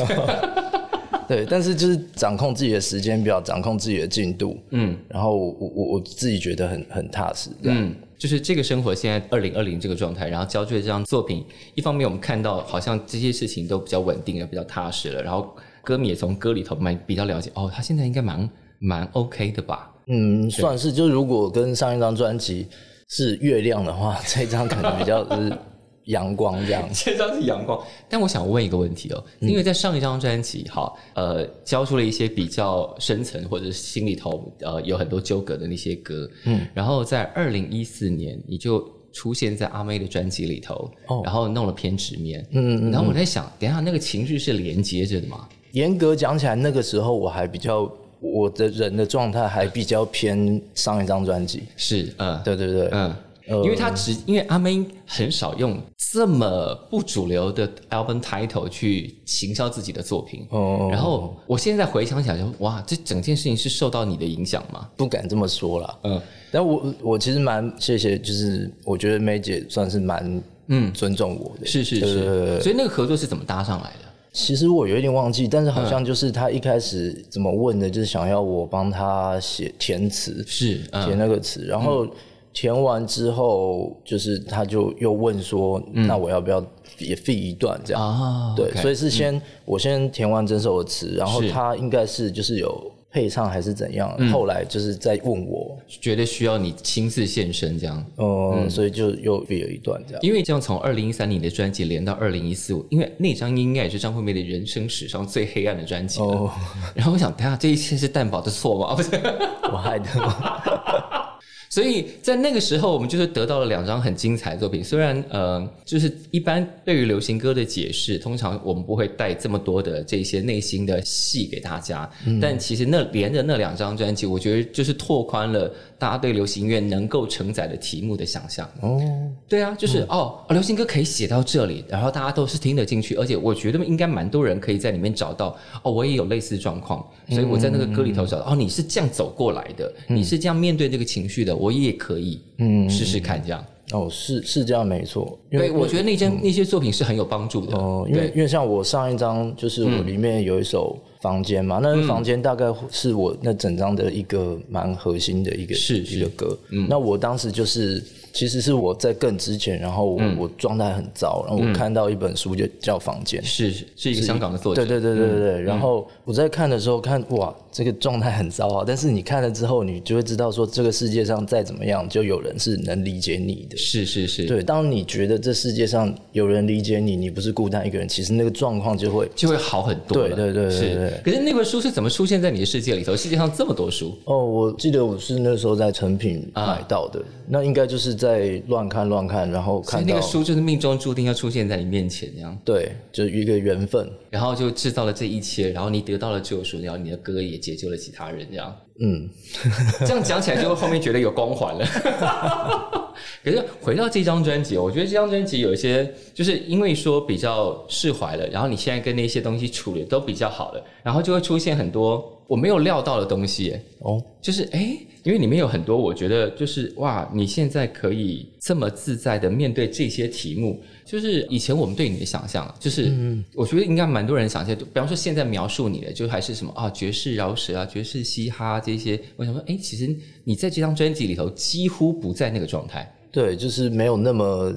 [SPEAKER 3] 对，但是就是掌控自己的时间表，掌控自己的进度，嗯，然后我我我自己觉得很很踏实这样。
[SPEAKER 4] 嗯，就是这个生活现在二零二零这个状态，然后交出的这张作品，一方面我们看到好像这些事情都比较稳定了，比较踏实了，然后歌迷也从歌里头蛮比较了解，哦，他现在应该蛮蛮 OK 的吧？。
[SPEAKER 3] 嗯，算是。就如果跟上一张专辑是月亮的话， 这张可能比较是阳光这样
[SPEAKER 4] 这张是阳光，但我想问一个问题哦，因为在上一张专辑，哈，呃，交出了一些比较深层或者是心里头呃有很多纠葛的那些歌，嗯，然后在二零一四年你就出现在阿妹的专辑里头，
[SPEAKER 3] 哦
[SPEAKER 4] 然后弄了偏执面，嗯嗯然后我在想，等一下那个情绪是连接着的嘛？
[SPEAKER 3] 严格讲起来，那个时候我还比较，我的人的状态还比较偏上一张专辑。
[SPEAKER 4] 是，嗯，
[SPEAKER 3] 对对对，
[SPEAKER 4] 嗯，因为他只因为阿妹很少用这么不主流的 album title 去行销自己的作品。
[SPEAKER 3] 哦
[SPEAKER 4] 然后我现在回想起来就，哇，这整件事情是受到你的影响吗？
[SPEAKER 3] 不敢这么说啦。
[SPEAKER 4] 嗯，
[SPEAKER 3] 但我我其实蛮谢谢，就是我觉得梅姐算是蛮嗯尊重我的。
[SPEAKER 4] 是是
[SPEAKER 3] 对对对对
[SPEAKER 4] 是。所以那个合作是怎么搭上来的？
[SPEAKER 3] 其实我有一点忘记，但是好像就是他一开始怎么问的，就是想要我帮他写填词，
[SPEAKER 4] 是，
[SPEAKER 3] 填
[SPEAKER 4] 嗯，
[SPEAKER 3] 那个词，然后填完之后，就是他就又问说，
[SPEAKER 4] 嗯
[SPEAKER 3] 那我要不要也 fit 一段这样？
[SPEAKER 4] 啊，
[SPEAKER 3] 对
[SPEAKER 4] OK
[SPEAKER 3] 所以是先、我先填完整首的词，然后
[SPEAKER 4] 是嗯
[SPEAKER 3] 他应该是就是有配唱还是怎样，后来就是再问我，
[SPEAKER 4] 觉得需要你亲自现身这样。
[SPEAKER 3] 呃、所以就又 fit 了一段这样。
[SPEAKER 4] 嗯因为这样从二零一三年的专辑连到二零一四，因为那张应该也是张惠妹的人生史上最黑暗的专辑了。
[SPEAKER 3] 哦
[SPEAKER 4] 然后我想，等一下这一切是蛋宝的错吗？啊不 是，
[SPEAKER 3] 我害的，
[SPEAKER 4] 所以在那个时候，我们就是得到了两张很精彩的作品。虽然呃，就是一般对于流行歌的解释，通常我们不会带这么多的这些内心的戏给大家，但其实那连着那两张专辑，我觉得就是拓宽了大家对流行音乐能够承载的题目的想象。
[SPEAKER 3] 哦，
[SPEAKER 4] 对啊，就是、哦，流行歌可以写到这里，然后大家都是听得进去，而且我觉得应该蛮多人可以在里面找到哦，我也有类似状况，所以我在那个歌里头
[SPEAKER 3] 嗯
[SPEAKER 4] 找到、哦，你是这样走过来的，你是这样面对这个情绪的，我也可以嗯试试看这样。
[SPEAKER 3] 哦，是是这样没错，因
[SPEAKER 4] 对，
[SPEAKER 3] 为嗯
[SPEAKER 4] 我觉得那张、那些作品是很有帮助的。
[SPEAKER 3] 哦，因
[SPEAKER 4] 对，
[SPEAKER 3] 为因为像我上一张就是我里面有一首房间嘛，
[SPEAKER 4] 嗯
[SPEAKER 3] 那房间大概是我那整张的一个蛮核心的一个
[SPEAKER 4] 是嗯
[SPEAKER 3] 一个歌。那我当时就是其实是我在更之前，然后我、
[SPEAKER 4] 嗯
[SPEAKER 3] 我状态很糟，然后我看到一本书就叫《房间》。
[SPEAKER 4] 是是一个香港的作者，嗯
[SPEAKER 3] 对对对对对对，然后我在看的时候看，哇，这个状态很糟啊！但是你看了之后，你就会知道说，这个世界上再怎么样，就有人是能理解你的。
[SPEAKER 4] 是是是，
[SPEAKER 3] 对，当你觉得这世界上有人理解你，你不是孤单一个人，其实那个状况就会。
[SPEAKER 4] 就会好很多了。
[SPEAKER 3] 对对对对对
[SPEAKER 4] 是。可是那本书是怎么出现在你的世界里头？世界上这么多书，
[SPEAKER 3] 哦，我记得我是那时候在成品买到的，那应该就是在乱看乱看，然后
[SPEAKER 4] 啊所以
[SPEAKER 3] 看
[SPEAKER 4] 那
[SPEAKER 3] 到
[SPEAKER 4] 个书就是命中注定要出现在你面前这样。
[SPEAKER 3] 对，就是一个缘分。
[SPEAKER 4] 然后就制造了这一切，然后你得到了救赎，然后你的歌也解救了其他人，这样，
[SPEAKER 3] 嗯，
[SPEAKER 4] 这样讲起来就后面觉得有光环了。可 可是回到这张专辑，我觉得这张专辑有一些，就是因为说比较释怀了，然后你现在跟那些东西处理都比较好了，然后就会出现很多我没有料到的东西耶。
[SPEAKER 3] 哦，
[SPEAKER 4] 就是哎、诶因为里面有很多，我觉得就是哇，你现在可以这么自在的面对这些题目，就是以前我们对你的想象，就是我觉得应该蛮多人想象，就比方说现在描述你的，就还是什么啊爵士饶舌啊、爵士嘻哈这些，我想说，哎、其实你在这张专辑里头几乎不在那个状态。
[SPEAKER 3] 对，就是没有那么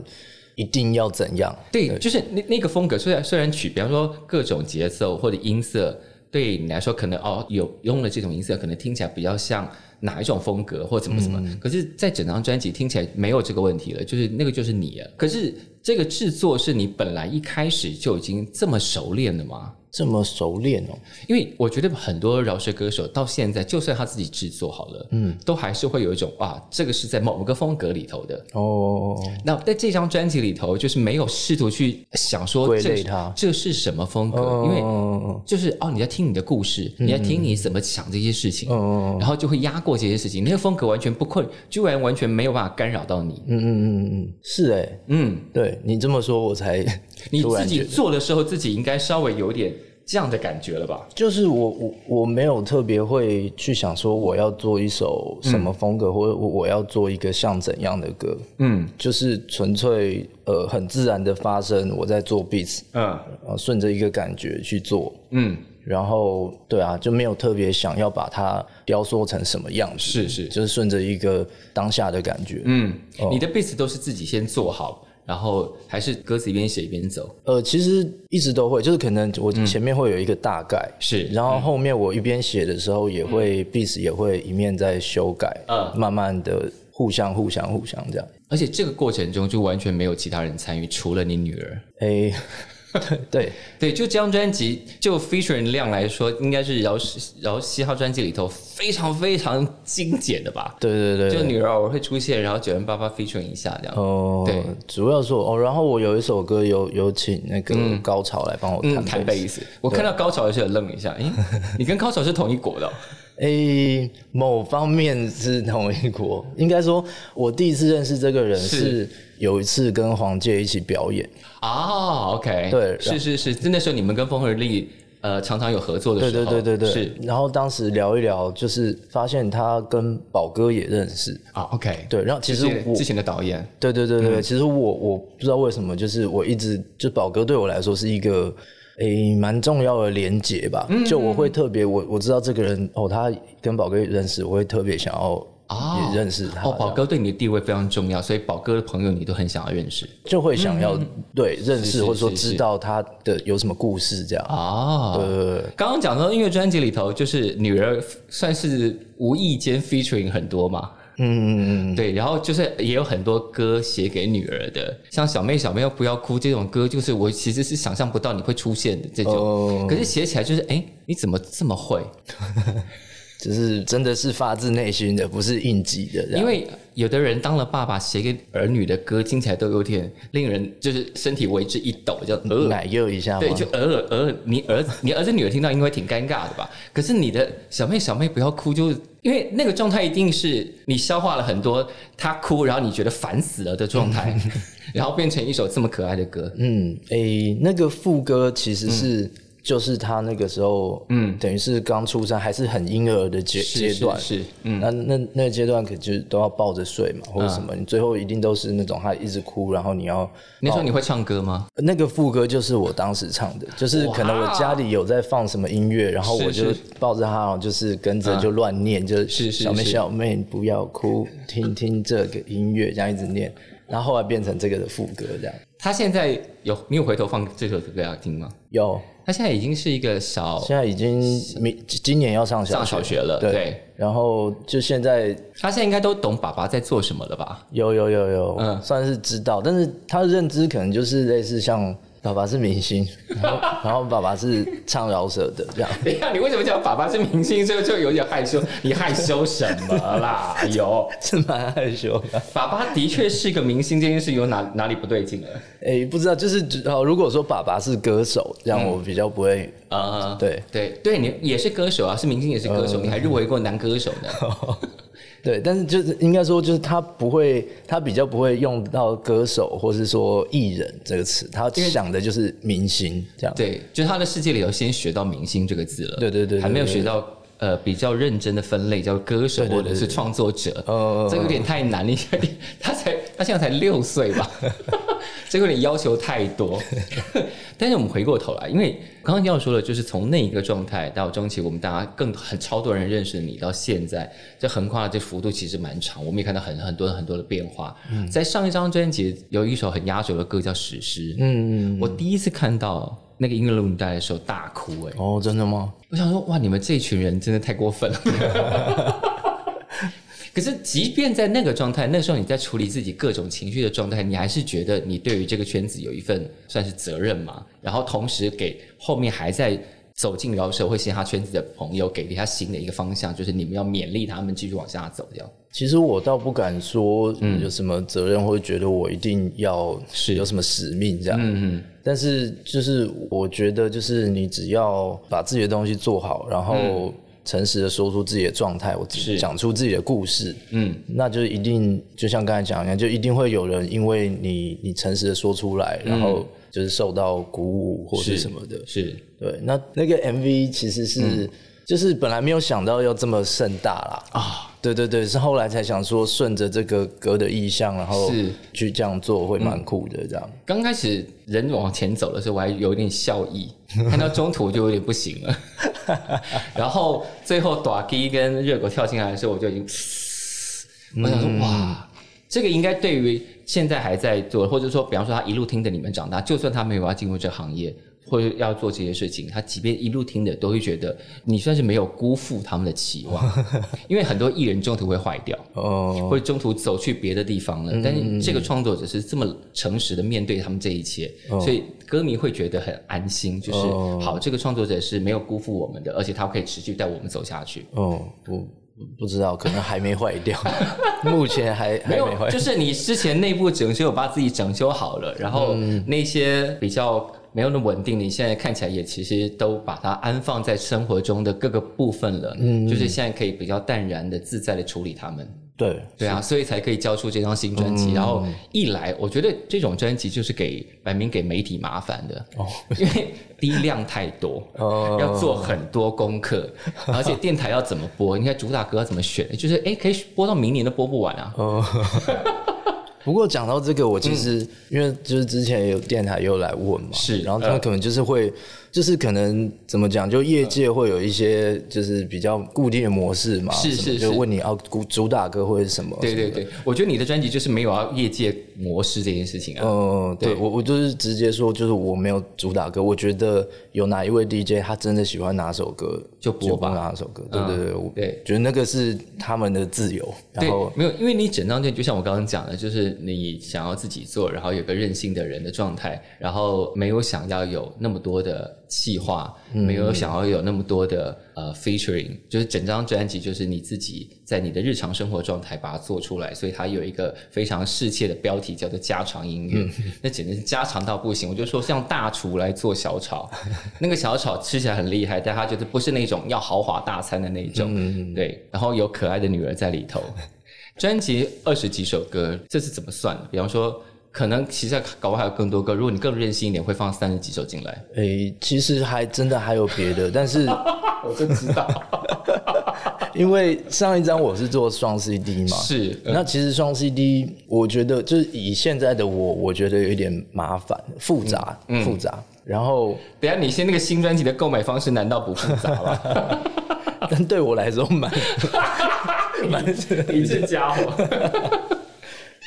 [SPEAKER 3] 一定要怎样。
[SPEAKER 4] 对，就是那那个风格，虽然虽然曲，比方说各种节奏或者音色，对你来说可能哦有用了这种音色，可能听起来比较像哪一种风格或怎么怎么，可是，在整张专辑听起来没有这个问题了，就是那个就是你呃了。可是这个制作是你本来一开始就已经这么熟练的吗？
[SPEAKER 3] 这么熟练哦，
[SPEAKER 4] 因为我觉得很多饶舌歌手到现在，就算他自己制作好了，嗯，都还是会有一种啊，这个是在某个风格里头的，
[SPEAKER 3] 哦，
[SPEAKER 4] 那在这张专辑里头，就是没有试图去想说
[SPEAKER 3] 归类
[SPEAKER 4] 这是
[SPEAKER 3] 它
[SPEAKER 4] 这是什么风格，
[SPEAKER 3] 嗯
[SPEAKER 4] 因为
[SPEAKER 3] 为
[SPEAKER 4] 就是哦，你在听你的故事，你在听你怎么想这些事情，
[SPEAKER 3] 嗯
[SPEAKER 4] 然后就会压过这些事情，那个风格完全不困，居然完全没有办法干扰到你。
[SPEAKER 3] 嗯嗯嗯嗯，是哎，
[SPEAKER 4] 嗯，
[SPEAKER 3] 对你这么说，我才
[SPEAKER 4] 你
[SPEAKER 3] 突
[SPEAKER 4] 自
[SPEAKER 3] 然
[SPEAKER 4] 己
[SPEAKER 3] 觉得，
[SPEAKER 4] 做的时候，自己应该稍微有点这样的感觉了吧？
[SPEAKER 3] 就是我我我没有特别会去想说我要做一首什么风格，或者我我要做一个像怎样的歌，
[SPEAKER 4] 嗯
[SPEAKER 3] 就是纯粹呃很自然的发生，我在做 beats，
[SPEAKER 4] 嗯
[SPEAKER 3] 然后顺着一个感觉去做，
[SPEAKER 4] 嗯，
[SPEAKER 3] 然后对啊，就没有特别想要把它雕塑成什么样子，
[SPEAKER 4] 是是
[SPEAKER 3] 就是哦顺着一个当下的感觉。
[SPEAKER 4] 嗯，你的 beats 都是自己先做好，然后还是歌词一边写一边走。
[SPEAKER 3] 呃，其实一直都会，就是可能我
[SPEAKER 4] 嗯
[SPEAKER 3] 前面会有一个大概，
[SPEAKER 4] 是
[SPEAKER 3] 然后后面我一边写的时候也会、beats 也会一面在修改，
[SPEAKER 4] 嗯
[SPEAKER 3] 慢慢的互相互相互相这样。
[SPEAKER 4] 而且这个过程中就完全没有其他人参与，除了你女儿。
[SPEAKER 3] 哎、对，
[SPEAKER 4] 对，就这张专辑，就 featuring 量来说，应该是饶舌饶嘻哈专辑里头非常非常精简的吧。
[SPEAKER 3] 对对对对，
[SPEAKER 4] 就女儿偶尔会出现，然后九零八八 featuring 一下这样。
[SPEAKER 3] 哦，
[SPEAKER 4] 对，
[SPEAKER 3] 主要是我哦，然后我有一首歌有有请那个高潮来帮我
[SPEAKER 4] 嗯，
[SPEAKER 3] 弹
[SPEAKER 4] 弹
[SPEAKER 3] 贝斯，
[SPEAKER 4] 贝斯，我看到高潮的时候有愣一下， 诶，你跟高潮是同一国的哦、
[SPEAKER 3] 诶、某方面是同一国，应该说，我第一次认识这个人
[SPEAKER 4] 是
[SPEAKER 3] 是有一次跟黄玠一起表演，
[SPEAKER 4] 啊，OK，
[SPEAKER 3] 对
[SPEAKER 4] 是是是，就那时候你们跟风和日丽呃常常有合作的
[SPEAKER 3] 对
[SPEAKER 4] 时候，
[SPEAKER 3] 对对对对，
[SPEAKER 4] 是
[SPEAKER 3] 然后当时聊一聊，就是发现他跟宝哥也认识，
[SPEAKER 4] 啊，OK，，
[SPEAKER 3] 对，然后其
[SPEAKER 4] 其
[SPEAKER 3] 实
[SPEAKER 4] 实
[SPEAKER 3] 我
[SPEAKER 4] 之，前的导演，
[SPEAKER 3] 对对对对，
[SPEAKER 4] 嗯
[SPEAKER 3] 其实我我不知道为什么，就是我一直就宝哥对我来说是一个。诶，蛮重要的连结吧。
[SPEAKER 4] 嗯
[SPEAKER 3] 就我会特别，我我知道这个人哦，他跟宝哥也认识，我会特别想要
[SPEAKER 4] 哦
[SPEAKER 3] 也认识他。
[SPEAKER 4] 哦，宝哥对你的地位非常重要，所以宝哥的朋友你都很想要认识
[SPEAKER 3] 就会想要对认
[SPEAKER 4] 嗯是
[SPEAKER 3] 识或者说
[SPEAKER 4] 是是
[SPEAKER 3] 知道他的有什么故事这样。
[SPEAKER 4] 啊。
[SPEAKER 3] 呃，
[SPEAKER 4] 刚刚讲到音乐专辑里头，就是女儿算是无意间 featuring 很多嘛，
[SPEAKER 3] 嗯，
[SPEAKER 4] 对，然后就是也有很多歌写给女儿的，像小妹小妹不要哭这种歌，就是我其实是想象不到你会出现的这种，
[SPEAKER 3] 哦
[SPEAKER 4] 可是写起来就是哎，你怎么这么会？
[SPEAKER 3] 就是真的是发自内心的，不是应急的这样。
[SPEAKER 4] 因为有的人当了爸爸，写给儿女的歌听起来都有点令人就是身体为之一抖，叫呃。
[SPEAKER 3] 奶又一下嘛，
[SPEAKER 4] 对，就偶尔偶尔，你儿子、你儿子、女儿听到应该挺尴尬的吧？可是你的小妹、小妹不要哭，就因为那个状态一定是你消化了很多，她哭，然后你觉得烦死了的状 态，然后变成一首这么可爱的歌。
[SPEAKER 3] 嗯，诶、那个副歌其实是、
[SPEAKER 4] 嗯
[SPEAKER 3] 就是他那个时候，嗯，等于是刚出生还是很婴儿的阶
[SPEAKER 4] 是
[SPEAKER 3] 阶
[SPEAKER 4] 是
[SPEAKER 3] 段，
[SPEAKER 4] 是
[SPEAKER 3] 嗯，那那那个阶段可就都要抱着睡嘛，或者什么，
[SPEAKER 4] 嗯
[SPEAKER 3] 你最后一定都是那种他一直哭，然后你要
[SPEAKER 4] 那时候你会唱歌吗？
[SPEAKER 3] 那个副歌就是我当时唱的，就是可能我家里有在放什么音乐，然后
[SPEAKER 4] 是
[SPEAKER 3] 我就是抱着它，然后就是跟着就乱念，就是
[SPEAKER 4] 是
[SPEAKER 3] 小妹
[SPEAKER 4] 是
[SPEAKER 3] 小妹你不要哭，听听这个音乐，这样一直念，然后后来变成这个的副歌这样。
[SPEAKER 4] 她现在有你有回头放这首歌给她听吗？
[SPEAKER 3] 有，
[SPEAKER 4] 她现在已经是一个小
[SPEAKER 3] 现在已经明今年要上小
[SPEAKER 4] 上
[SPEAKER 3] 学，
[SPEAKER 4] 小学了，
[SPEAKER 3] 对
[SPEAKER 4] 对，
[SPEAKER 3] 然后就现在
[SPEAKER 4] 她现在应该都懂爸爸在做什么了吧？
[SPEAKER 3] 有有有有，
[SPEAKER 4] 嗯
[SPEAKER 3] 算是知道，但是他的认知可能就是类似像爸爸是明星， 然后然后爸爸是唱饶舌的这样。
[SPEAKER 4] 等一下，你为什么讲爸爸是明星？这个就有点害羞。你害羞什么啦？ 哎有，
[SPEAKER 3] 是蛮害羞的，
[SPEAKER 4] 爸爸的确是个明星，这件事有哪哪里不对劲了？
[SPEAKER 3] 诶，不知道，就是哦，如果说爸爸是歌手，这
[SPEAKER 4] 嗯
[SPEAKER 3] 样我比较不会，
[SPEAKER 4] 啊、
[SPEAKER 3] 对 哦
[SPEAKER 4] 对对，你也是歌手啊，是明星也是歌手，你还入围过男歌手呢。
[SPEAKER 3] 对，但是就是应该说，就是他不会，他比较不会用到歌手或是说艺人这个词，他想的就是明星这样。
[SPEAKER 4] 对，就是他的世界里头先学到明星这个字了，
[SPEAKER 3] 对对对对对
[SPEAKER 4] 还没有学到呃比较认真的分类叫歌手或者是创作者，
[SPEAKER 3] 哦
[SPEAKER 4] 这有点太难了，有点 他才他现在才六岁吧， 这有点要求太多。 但是我们回过头来，因为刚刚要说的就是从那一个状态到中期，我们大家更很超多人认识你，到现在这横跨的这幅度其实蛮长，我们也看到很很多很多的变化。在上一张专辑有一首很压轴的歌叫《史诗》，嗯，我第一次看到那个音乐录影带的时候大哭、哎，
[SPEAKER 3] 哦，真的吗？
[SPEAKER 4] 我想说，哇，你们这群人真的太过分了。 可是，即便在那个状态，那时候你在处理自己各种情绪的状态，你还是觉得你对于这个圈子有一份算是责任嘛。然后，同时给后面还在走进饶舌会嘻哈圈子的朋友，给了他新的一个方向，就是你们要勉励他们继续往下走，这样。
[SPEAKER 3] 其实我倒不敢说有什么责任，或者觉得我一定要嗯是有什么使命这样。嗯嗯。但是就是我觉得，就是你只要把自己的东西做好，然后诚实的说出自己的状态，我
[SPEAKER 4] 是
[SPEAKER 3] 讲出自己的故事，
[SPEAKER 4] 嗯，
[SPEAKER 3] 那就一定就像刚才讲一样，就一定会有人因为你你诚实的说出来，然后就是受到鼓舞或嗯是
[SPEAKER 4] 是
[SPEAKER 3] 什么的。
[SPEAKER 4] 是
[SPEAKER 3] 对，那那个 MV 其实
[SPEAKER 4] 嗯
[SPEAKER 3] 是、就是本来没有想到要这么盛大啦啊，对对对，是后来才想说顺着这个歌的意向，然后
[SPEAKER 4] 是嗯
[SPEAKER 3] 去这样做会蛮酷的这样。
[SPEAKER 4] 刚开始人往前走的时候，我还有点笑意，看到中途就有点不行了。 然后最后短 K 跟热狗跳进来的时候，我就已经，我想说、哇，这个应该对于现在还在做，或者说比方说他一路听着你们长大，就算他没有要进入这行业。或者要做这些事情，他即便一路听着，都会觉得你算是没有辜负他们的期望，因为很多艺人中途会坏掉，
[SPEAKER 3] 哦，
[SPEAKER 4] 或者中途走去别的地方了。但是这个创作者是这么诚实的面对他们这一切，所以歌迷会觉得很安心，就是、
[SPEAKER 3] 哦
[SPEAKER 4] 好，这个创作者是没有辜负我们的，而且他可以持续带我们走下去。
[SPEAKER 3] 哦，我不知道，可能还没坏 掉，目前还还
[SPEAKER 4] 没
[SPEAKER 3] 没
[SPEAKER 4] 有，
[SPEAKER 3] 坏
[SPEAKER 4] 就。是你之前内部整修，有把自己整修好了，然后那些比较没有那么稳定的，你现在看起来也其实都把它安放在生活中的各个部分了，就是现在可以比较淡然的、自在的处理它们。
[SPEAKER 3] 对，
[SPEAKER 4] 对啊，所以才可以交出这张新专
[SPEAKER 3] 嗯
[SPEAKER 4] 辑。然后一来，我觉得这种专辑就是给摆明给媒体麻烦的，因为低量太多，
[SPEAKER 3] 哦
[SPEAKER 4] 要做很多功 课，而且电台要怎么播，应该主打歌要怎么选，就是哎，可以播到明年都播不完
[SPEAKER 3] 哦
[SPEAKER 4] 啊。
[SPEAKER 3] 不过讲到这个，我其实、因为就是之前有电台又来问嘛，
[SPEAKER 4] 嗯是呃
[SPEAKER 3] 然后他们可能就是会，就是可能怎么讲，就业界会有一些就是比较固定的模式嘛，
[SPEAKER 4] 是
[SPEAKER 3] 什么
[SPEAKER 4] 是
[SPEAKER 3] 就是问你要主主打歌会是什么，
[SPEAKER 4] 对对对，我觉得你的专辑就是没有要业界模式这件事情啊。
[SPEAKER 3] 嗯，对
[SPEAKER 4] 对
[SPEAKER 3] 我我就是直接说，就是我没有主打歌，我觉得有哪一位 DJ 他真的喜欢哪首歌
[SPEAKER 4] 就播吧嗯
[SPEAKER 3] 哪首歌，对对对，我
[SPEAKER 4] 对
[SPEAKER 3] 觉得那个是他们的自由，然后
[SPEAKER 4] 对，没有，因为你整张专辑就像我刚刚讲的，就是你想要自己做，然后有个任性的人的状态，然后没有想要有那么多的企划，
[SPEAKER 3] 嗯
[SPEAKER 4] 没有想要有那么多的呃 featuring，就是整张专辑就是你自己在你的日常生活状态把它做出来，所以它有一个非常世切的标题叫做家常音乐，
[SPEAKER 3] 嗯
[SPEAKER 4] 那简直是家常到不行。我就说像大厨来做小 炒，那个小炒吃起来很厉害，但它就是不是那种要豪华大餐的那
[SPEAKER 3] 嗯
[SPEAKER 4] 种，对，然后有可爱的女儿在里头。专辑二十几首歌，这是怎么算的？比方说，可能其实搞不好还有更多歌。如果你更任性一点，会放三十几首进来。
[SPEAKER 3] 诶、其实还真的还有别的，但是。哦
[SPEAKER 4] 我就知道，
[SPEAKER 3] 因为上一张我是做双 CD 嘛，
[SPEAKER 4] 是嗯
[SPEAKER 3] 那其实双 CD，我觉得就是以现在的我，我觉得有一点麻烦、复杂、
[SPEAKER 4] 嗯
[SPEAKER 3] 复杂。然后，
[SPEAKER 4] 等一下你先那个新专辑的购买方式，难道不复杂吗？
[SPEAKER 3] 但对我来说蛮 蛮
[SPEAKER 4] 你这家伙，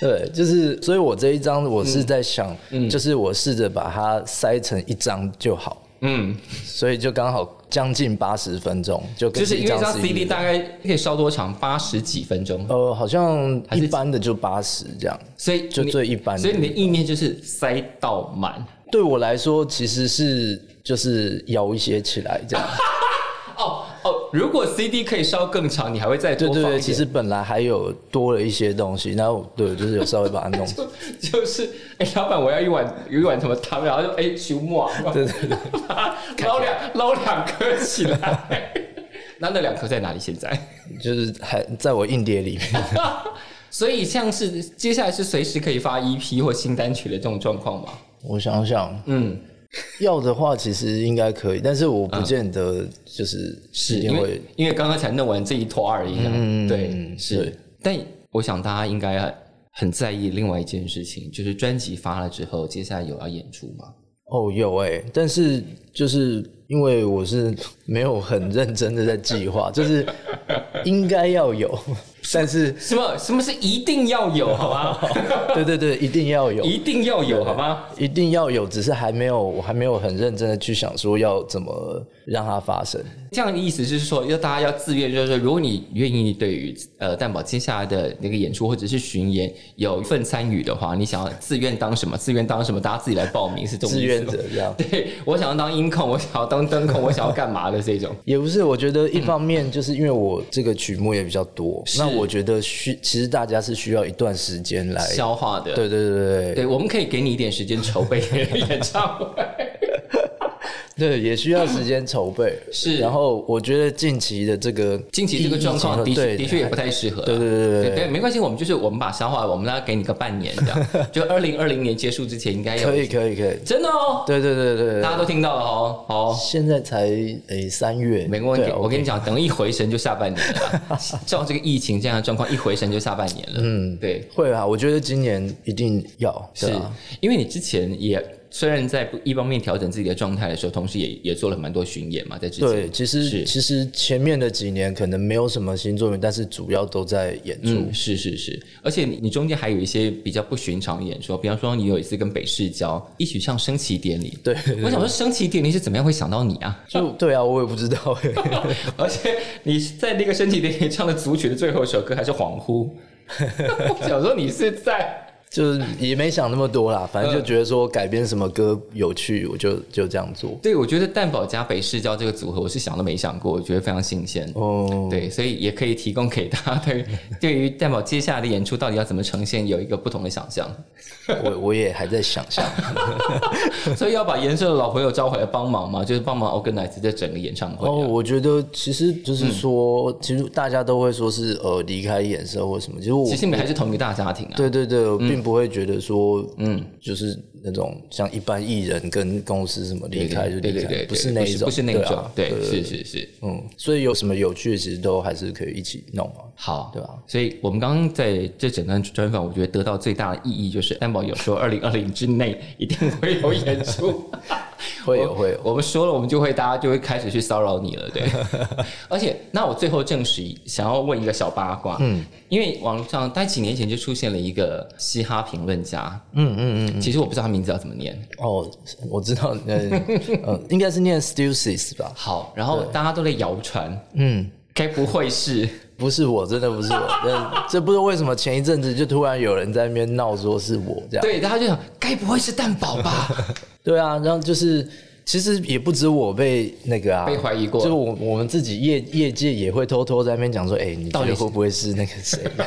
[SPEAKER 3] 对，就是所以，我这一张我是在想，就是我试着把它塞成一张就好，
[SPEAKER 4] 嗯，
[SPEAKER 3] 所以就刚好将近八十分钟，就 跟
[SPEAKER 4] 就是因为这
[SPEAKER 3] 一
[SPEAKER 4] 张
[SPEAKER 3] CD
[SPEAKER 4] CD 大概可以烧多长？八十几分钟，
[SPEAKER 3] 呃，好像一般的就八十这样。
[SPEAKER 4] 所以
[SPEAKER 3] 就
[SPEAKER 4] 你
[SPEAKER 3] 最一般的
[SPEAKER 4] 所以你的意念就是塞到满。
[SPEAKER 3] 对我来说，其实是就是摇一些起来这样。
[SPEAKER 4] 哦哦，如果 CD 可以烧更长，你还会再
[SPEAKER 3] 对
[SPEAKER 4] 多放一
[SPEAKER 3] 对对，
[SPEAKER 4] 点。
[SPEAKER 3] 其实本来还有多了一些东西，然后对，就是有稍微把它 弄。
[SPEAKER 4] 就是，哎、老板，我要一碗有一碗什么汤，然后就啊 哎，熊末，对对对，捞两捞两颗起来。 那那两颗在哪里？现在？
[SPEAKER 3] 就是还在我硬碟里面。
[SPEAKER 4] 所以像是接下来是随时可以发 EP 或新单曲的这种状况吗？
[SPEAKER 3] 我想想，
[SPEAKER 4] 嗯，
[SPEAKER 3] 要的话其实应该可以，但是我不见得就是
[SPEAKER 4] 是
[SPEAKER 3] 一
[SPEAKER 4] 因
[SPEAKER 3] 定
[SPEAKER 4] 为
[SPEAKER 3] 会。
[SPEAKER 4] 因为刚刚才弄完这一坨而已啊，
[SPEAKER 3] 嗯
[SPEAKER 4] 对，
[SPEAKER 3] 嗯
[SPEAKER 4] 是
[SPEAKER 3] 对。
[SPEAKER 4] 但我想大家应该很很在意另外一件事情，就是专辑发了之后，接下来有要演出吗？
[SPEAKER 3] 哦，有哎、但是就是因为我是没有很认真的在计 划，就是应该要有，但是
[SPEAKER 4] 什么什么是一定要有，好吧？
[SPEAKER 3] 对对对，一定要有，
[SPEAKER 4] 一定要 有，好吧？
[SPEAKER 3] 一定要有，只是还没有，我还没有很认真的去想说要怎么让它发生。
[SPEAKER 4] 这样的意思是说，要大家要自愿，就是说，如果你愿意对于呃蛋宝接下来的那个演出或者是巡演有一份参与的话，你想要自愿当什么？自愿当什么？大家自己来报名是这种
[SPEAKER 3] 志
[SPEAKER 4] 意思
[SPEAKER 3] 愿
[SPEAKER 4] 吗
[SPEAKER 3] 者这样。
[SPEAKER 4] 对我想要当音控，我想要当灯控，我想要干嘛的这种。
[SPEAKER 3] 也不是，我觉得一方
[SPEAKER 4] 嗯
[SPEAKER 3] 面就是因为我这个曲目也比较多，那我觉得需其实大家是需要一段时间来，
[SPEAKER 4] 消化的。
[SPEAKER 3] 对对对对
[SPEAKER 4] 对，我们可以给你一点时间筹备 演 唱会。
[SPEAKER 3] 对，也需要时间筹备。
[SPEAKER 4] 是
[SPEAKER 3] 然后我觉得近期的这个
[SPEAKER 4] 近期这个状况
[SPEAKER 3] 疫
[SPEAKER 4] 的确
[SPEAKER 3] 情对
[SPEAKER 4] 的确也不太适合啊。
[SPEAKER 3] 对对对对
[SPEAKER 4] 对
[SPEAKER 3] 对
[SPEAKER 4] 对，没关系，我们就是我们把消化，我们大概给你个半年这样，就二零二零年结束之前应该有。
[SPEAKER 3] 可以可以可以，
[SPEAKER 4] 真的哦，
[SPEAKER 3] 对对对对
[SPEAKER 4] 大
[SPEAKER 3] 对。
[SPEAKER 4] 家都听到了哦，好。
[SPEAKER 3] 现在才诶三月，
[SPEAKER 4] 没问题，
[SPEAKER 3] 对啊
[SPEAKER 4] 我跟你
[SPEAKER 3] OK
[SPEAKER 4] 讲，等一回神就下半年 了。照这个疫情这样的状况，一回神就下半年了。嗯，对，
[SPEAKER 3] 会啊，我觉得今年一定要，对
[SPEAKER 4] 是
[SPEAKER 3] 啊，
[SPEAKER 4] 因为你之前也虽然在不一方面调整自己的状态的时候，同时也也做了蛮多巡演嘛，在之前。
[SPEAKER 3] 对，其实
[SPEAKER 4] 是
[SPEAKER 3] 其实前面的几年可能没有什么新作品，但是主要都在演出。
[SPEAKER 4] 嗯，是是是，而且你你中间还有一些比较不寻常的演出，比方说你有一次跟北市交一起上升旗典礼，
[SPEAKER 3] 对，
[SPEAKER 4] 我想说升旗典礼是怎么样会想到你 啊？
[SPEAKER 3] 就对啊，我也不知道、 欸。
[SPEAKER 4] 而且你在那个升旗典礼唱的组曲的最后一首歌还是《恍 惚》，我想说你是在
[SPEAKER 3] 就是也没想那么多啦，反正就觉得说改编什么歌有趣，我就就这样做。
[SPEAKER 4] 对我觉得蛋宝加北市交这个组合，我是想都没想过，我觉得非常新鲜。
[SPEAKER 3] 哦，
[SPEAKER 4] 对，所以也可以提供给大家 对于对于蛋宝接下来的演出到底要怎么呈现有一个不同的想象，
[SPEAKER 3] 我我也还在想象。
[SPEAKER 4] 啊所以要把颜社的老朋友招回来帮忙嘛，就是帮忙 organize 这整个演唱会、啊。
[SPEAKER 3] 哦，我觉得其实就是说，
[SPEAKER 4] 嗯
[SPEAKER 3] 其实大家都会说是呃离开演社或什么，其实我
[SPEAKER 4] 其实你们还是同一个大家庭啊。
[SPEAKER 3] 对对对，我并不会觉得说，嗯，就是那种像一般艺人跟公司什么离开就
[SPEAKER 4] 对
[SPEAKER 3] 离
[SPEAKER 4] 对
[SPEAKER 3] 开，
[SPEAKER 4] 对，
[SPEAKER 3] 不是那一种，
[SPEAKER 4] 不是那一
[SPEAKER 3] 对
[SPEAKER 4] 种
[SPEAKER 3] 啊，
[SPEAKER 4] 对，是是是。
[SPEAKER 3] 嗯，所以有什么有趣的，其实都还是可以一起弄啊。
[SPEAKER 4] 好，
[SPEAKER 3] 对吧？
[SPEAKER 4] 所以我们刚刚在这整段专访，我觉得得到最大的意义就是，安保有说二零二零之内一定会有演出，
[SPEAKER 3] 会有会有
[SPEAKER 4] 我。我们说了，我们就会大家就会开始去骚扰你了， 对。而且，那我最后证实，想要问一个小八卦，嗯，因为网上在几年前就出现了一个嘻哈评论家，嗯嗯嗯，其实我不知道他名字要怎么念，
[SPEAKER 3] 哦，我知道， 呃，呃，应该是念 Stusis 吧？
[SPEAKER 4] 好，然后大家都在谣传，嗯，该不会是？
[SPEAKER 3] 不是我，真的不是我。但这不知道为什么前一阵子就突然有人在那边闹说是我这 样。
[SPEAKER 4] 对，大啊家就想，该不会是蛋宝 吧？
[SPEAKER 3] 对啊，然后就是其实也不止我被那个啊
[SPEAKER 4] 被怀疑过
[SPEAKER 3] 就我我们自己业业界也会偷偷在那边讲说，哎、你
[SPEAKER 4] 到
[SPEAKER 3] 到
[SPEAKER 4] 底
[SPEAKER 3] 底
[SPEAKER 4] 是
[SPEAKER 3] 会不会是那个谁？啊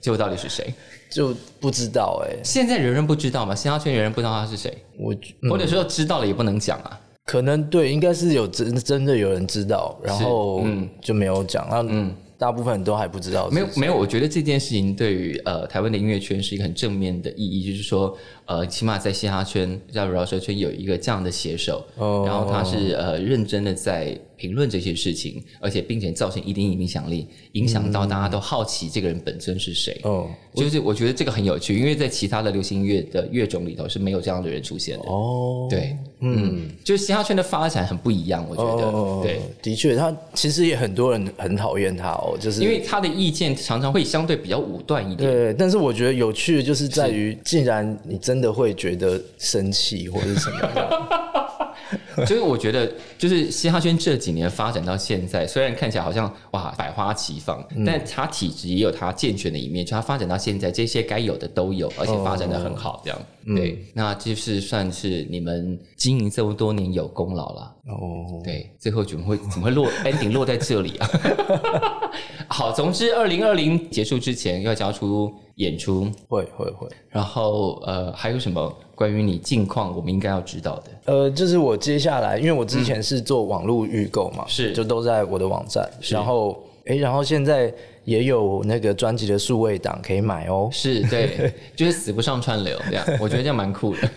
[SPEAKER 4] 结果到底是谁？
[SPEAKER 3] 就不知道哎、
[SPEAKER 4] 现在人人不知道嘛，嘻哈圈人人不知道他是谁，
[SPEAKER 3] 我、嗯
[SPEAKER 4] 或者说知道了也不能讲啊。
[SPEAKER 3] 可能对，应该是有真真的有人知道，然后就没有讲，那嗯，大部分人都还不知道
[SPEAKER 4] 嗯
[SPEAKER 3] 是
[SPEAKER 4] 没有没有，我觉得这件事情对于呃台湾的音乐圈是一个很正面的意义，就是说呃起码在嘻哈圈、在饶舌圈有一个这样的写手，
[SPEAKER 3] 哦
[SPEAKER 4] 然后他是呃认真的在评论这些事情，而且并且造成一定影响力，影响到大家都好奇这个人本身是谁。
[SPEAKER 3] 哦
[SPEAKER 4] 就是我觉得这个很有趣，因为在其他的流行音乐的乐种里头是没有这样的人出现的。
[SPEAKER 3] 哦，
[SPEAKER 4] 对，嗯，就是嘻哈圈的发展很不一样，我觉得，
[SPEAKER 3] 哦，
[SPEAKER 4] 对，，
[SPEAKER 3] 的确，他其实也很多人很讨厌他哦，就是
[SPEAKER 4] 因为他的意见常常会相对比较武断一点，
[SPEAKER 3] 对，但是我觉得有趣的就是在于，竟然你真的会觉得生气或者是什 么这样，
[SPEAKER 4] 就是我觉得，就是嘻哈圈这几年发展到现在，虽然看起来好像哇百花齐放，但它体制也有它健全的一面，就它发展到现在，这些该有的都有，而且发展的很好，这样，对，那就是算是你们经营这么多年有功劳了。
[SPEAKER 3] 哦，
[SPEAKER 4] 对，最后怎么会怎么会落 ending 落在这里啊？ 好，总之二零二零结束之前要交出演出，
[SPEAKER 3] 会会会，
[SPEAKER 4] 然后呃还有什么关于你近况我们应该要知道的？
[SPEAKER 3] 呃，就是我接下来，因为我之前是做网络预购嘛，
[SPEAKER 4] 是
[SPEAKER 3] 就都在我的网站，然后诶，然后现在也有那个专辑的数位档可以买哦。
[SPEAKER 4] 是 对，就是死不上串流这样，我觉得这样蛮酷的。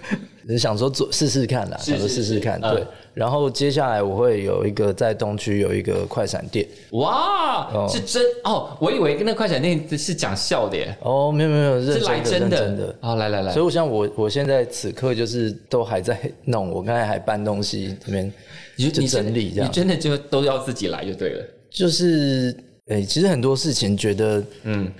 [SPEAKER 3] 只是想说做试试看啦，
[SPEAKER 4] 是
[SPEAKER 3] 想说试试看，
[SPEAKER 4] 是是
[SPEAKER 3] 对
[SPEAKER 4] 嗯。
[SPEAKER 3] 然后接下来我会有一个在东区有一个快闪店，
[SPEAKER 4] 哇，
[SPEAKER 3] 哦
[SPEAKER 4] 是真哦！我以为那快闪店是讲笑的耶，
[SPEAKER 3] 哦，没有没有，认
[SPEAKER 4] 是
[SPEAKER 3] 真
[SPEAKER 4] 来
[SPEAKER 3] 的，
[SPEAKER 4] 真
[SPEAKER 3] 认
[SPEAKER 4] 的。
[SPEAKER 3] 真的。
[SPEAKER 4] 好、来来来
[SPEAKER 3] 所以，，我想我我现在此刻就是都还在弄，我刚才还搬东西这边，
[SPEAKER 4] 你
[SPEAKER 3] 就
[SPEAKER 4] 你
[SPEAKER 3] 整理这
[SPEAKER 4] 你
[SPEAKER 3] 样。
[SPEAKER 4] 真的就都要自己来就对了。
[SPEAKER 3] 就是，诶、其实很多事情觉得，嗯，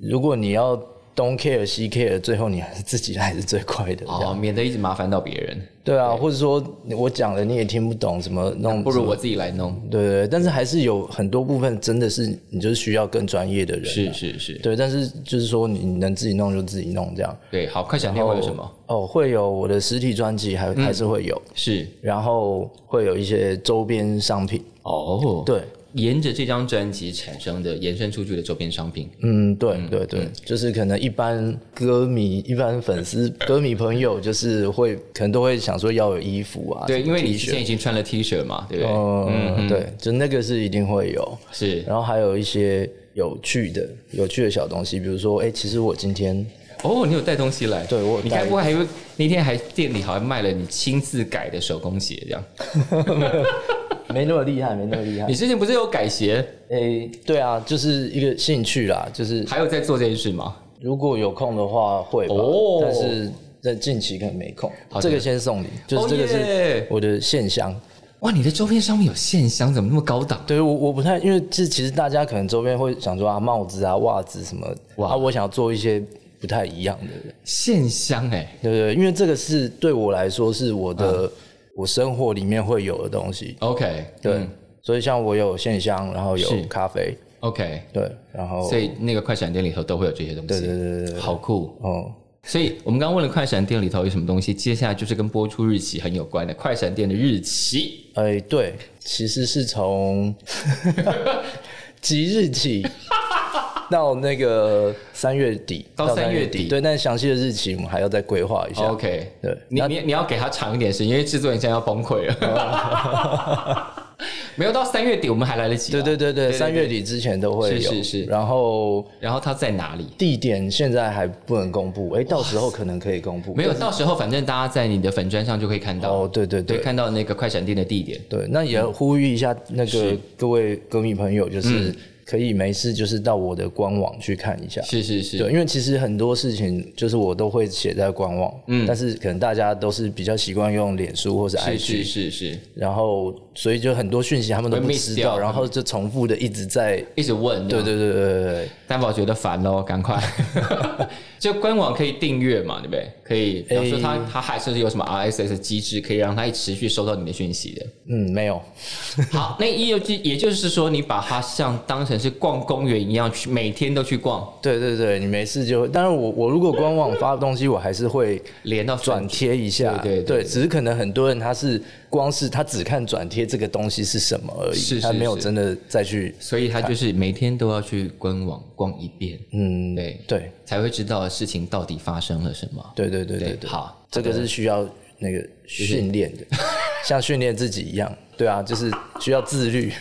[SPEAKER 3] 如果你要东 care 西 care，最后你还是自己来是最快的。这样
[SPEAKER 4] 哦，免得一直麻烦到别人，
[SPEAKER 3] 对啊，或者说我讲了你也听不懂，怎么弄？
[SPEAKER 4] 不如我自己来弄。
[SPEAKER 3] 对对对，但是还是有很多部分真的是你就是需要更专业的人、啊
[SPEAKER 4] 是。是是，
[SPEAKER 3] 对，但是就是说你你能自己弄就自己弄这样。
[SPEAKER 4] 对，好，快闪店会有什么？嗯
[SPEAKER 3] 哦，会有我的实体专辑，还还是会有，
[SPEAKER 4] 是
[SPEAKER 3] 然后会有一些周边商品。
[SPEAKER 4] 哦，，
[SPEAKER 3] 对，
[SPEAKER 4] 沿着这张专辑产生的延伸出去的周边商品，
[SPEAKER 3] 嗯，对对对，就是可能一般歌迷、一般粉丝、歌迷朋友，就是会可能都会想说要有衣服啊，
[SPEAKER 4] 对，
[SPEAKER 3] 什么
[SPEAKER 4] 因为你
[SPEAKER 3] T
[SPEAKER 4] 之
[SPEAKER 3] 恤，
[SPEAKER 4] 前已经穿了 T 恤嘛，对不对？
[SPEAKER 3] 嗯，对，就那个是一定会有，
[SPEAKER 4] 是
[SPEAKER 3] 然后还有一些有趣的、有趣的小东西，比如说，哎，其实我今天
[SPEAKER 4] 哦，你有带东西来？
[SPEAKER 3] 对我有
[SPEAKER 4] 你
[SPEAKER 3] 带
[SPEAKER 4] 该不会还有那天还店里好像卖了你亲自改的手工鞋这样？
[SPEAKER 3] 没那么厉害，没那么厉害
[SPEAKER 4] 你，之前不是有改鞋，
[SPEAKER 3] 哎，对啊，就是一个兴趣啦，就是
[SPEAKER 4] 还有在做这件事吗？
[SPEAKER 3] 如果有空的话会吧，
[SPEAKER 4] 哦
[SPEAKER 3] 但是在近期可能没空
[SPEAKER 4] 好。的
[SPEAKER 3] 这个先送你，就是这个
[SPEAKER 4] 哦耶
[SPEAKER 3] 是我的线香。
[SPEAKER 4] 哇，你的周边商品有线香，怎么那么高档？
[SPEAKER 3] 对我我不太，因为这其实大家可能周边会想说啊帽子啊袜子什么，
[SPEAKER 4] 哇
[SPEAKER 3] 啊我想要做一些不太一样的，
[SPEAKER 4] 线香哎、
[SPEAKER 3] 对不对？因为这个是对我来说是我
[SPEAKER 4] 嗯
[SPEAKER 3] 的、我生活里面会有的东西，
[SPEAKER 4] OK，
[SPEAKER 3] 对，
[SPEAKER 4] 嗯
[SPEAKER 3] 所以像我有线香，然后有
[SPEAKER 4] 是
[SPEAKER 3] 咖啡，
[SPEAKER 4] ，OK，
[SPEAKER 3] 对，然后
[SPEAKER 4] 所以那个快闪店里头都会有这些哦东西，对对对对，好酷。
[SPEAKER 3] 哦。
[SPEAKER 4] 所以我们刚刚问了快闪店里头有什么东西，接下来就是跟播出日期很有关的快闪店的日期。
[SPEAKER 3] 哎，对，其实 是从即日起到那个三月底，
[SPEAKER 4] 到三月底
[SPEAKER 3] 对，但详细的日期我们还要再规划一下。
[SPEAKER 4] 哦 OK，
[SPEAKER 3] 对
[SPEAKER 4] 你
[SPEAKER 3] 那
[SPEAKER 4] 你你要给他长一点时间，因为制作人现在要崩溃 了。没有到三月底，我们还来得及。啊
[SPEAKER 3] 对对，对对，三月底之前都会有。
[SPEAKER 4] 是是是
[SPEAKER 3] 然后
[SPEAKER 4] 然后他在哪里？
[SPEAKER 3] 地点现在还不能公布，哎，到时候可能可以公布。
[SPEAKER 4] 没有，到时候反正大家在你的粉砖上就可以看到。
[SPEAKER 3] 哦，对对
[SPEAKER 4] 对，
[SPEAKER 3] 对
[SPEAKER 4] 看到那个快闪店的地点。
[SPEAKER 3] 对，那也呼吁一下那个各位歌迷朋友，
[SPEAKER 4] 嗯
[SPEAKER 3] 就是可以没事就是到我的官网去看一下。
[SPEAKER 4] 是是是，
[SPEAKER 3] 对，因为其实很多事情就是我都会写在官网，嗯，但是可能大家都是比较习惯用脸书或是 IG，
[SPEAKER 4] 是哎是是是，
[SPEAKER 3] 然后所以就很多讯息他们都
[SPEAKER 4] 会
[SPEAKER 3] 不
[SPEAKER 4] miss
[SPEAKER 3] 知
[SPEAKER 4] 掉
[SPEAKER 3] 道，然后就重复的一直在，
[SPEAKER 4] 一直问。
[SPEAKER 3] 对
[SPEAKER 4] 对，
[SPEAKER 3] 对对对对对，
[SPEAKER 4] 担保觉得烦咯，赶 快。就官网可以订阅嘛，对不对？可以，比方说它它还是有什么 RSS 机制，可以让它持续收到你的讯息的。
[SPEAKER 3] 嗯，没有，
[SPEAKER 4] 好，那也有就也就是说，你把它像当成是逛公园一样去，每天都去逛，
[SPEAKER 3] 对对对，你没事就会，当然我我如果官网发东西，我还是会。
[SPEAKER 4] 连到
[SPEAKER 3] 转贴一下，
[SPEAKER 4] 对对对
[SPEAKER 3] 只是可能很多人他是光是他只看转贴这个东西是什么而已，
[SPEAKER 4] 是是
[SPEAKER 3] 他没有
[SPEAKER 4] 是
[SPEAKER 3] 真的再去，
[SPEAKER 4] 所以他就是每天都要去官网逛一遍，
[SPEAKER 3] 嗯，
[SPEAKER 4] 对
[SPEAKER 3] 对
[SPEAKER 4] 才会知道事情到底发生了什么。
[SPEAKER 3] 对对对对对，
[SPEAKER 4] 好，
[SPEAKER 3] 这个是需要那个训练 的，像训练自己一样，对啊，就是需要自律。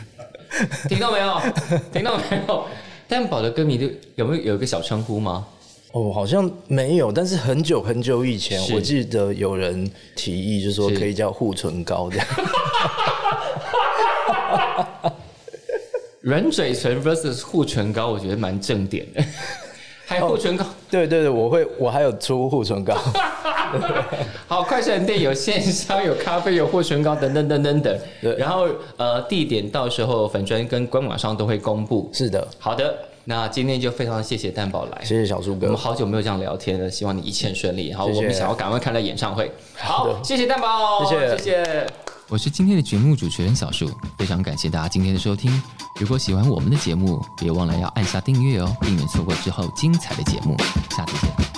[SPEAKER 4] 听到没有？ 听到没有？蛋宝的歌迷就有没有有一个小称呼吗？
[SPEAKER 3] 哦，好像没有，但是很久很久以前，
[SPEAKER 4] 是
[SPEAKER 3] 我记得有人提议，就说
[SPEAKER 4] 是
[SPEAKER 3] 可以叫护唇膏这样。
[SPEAKER 4] 软嘴唇 versus 护唇膏，我觉得蛮正点的。还
[SPEAKER 3] 哦
[SPEAKER 4] 有护唇膏，
[SPEAKER 3] 对对对，我会，我还有出护唇膏。
[SPEAKER 4] 好，快闪店有线上，有咖啡，有护唇膏，等等等等等。
[SPEAKER 3] 对
[SPEAKER 4] 然后呃，地点到时候粉砖跟官网上都会公布。
[SPEAKER 3] 是的，
[SPEAKER 4] 好的，那今天就非常谢谢蛋宝来，
[SPEAKER 3] 谢谢小树
[SPEAKER 4] 我们
[SPEAKER 3] 哥，
[SPEAKER 4] 好久没有这样聊天了，希望你一切顺利。然后
[SPEAKER 3] 谢谢
[SPEAKER 4] 我们想要赶快看到演唱会。好，谢谢蛋宝，
[SPEAKER 3] 谢
[SPEAKER 4] 谢
[SPEAKER 3] 谢
[SPEAKER 4] 谢。我是今天的节目主持人小树，非常感谢大家今天的收听。如果喜欢我们的节目，别忘了要按下订阅哦，避免错过之后精彩的节目。下次见。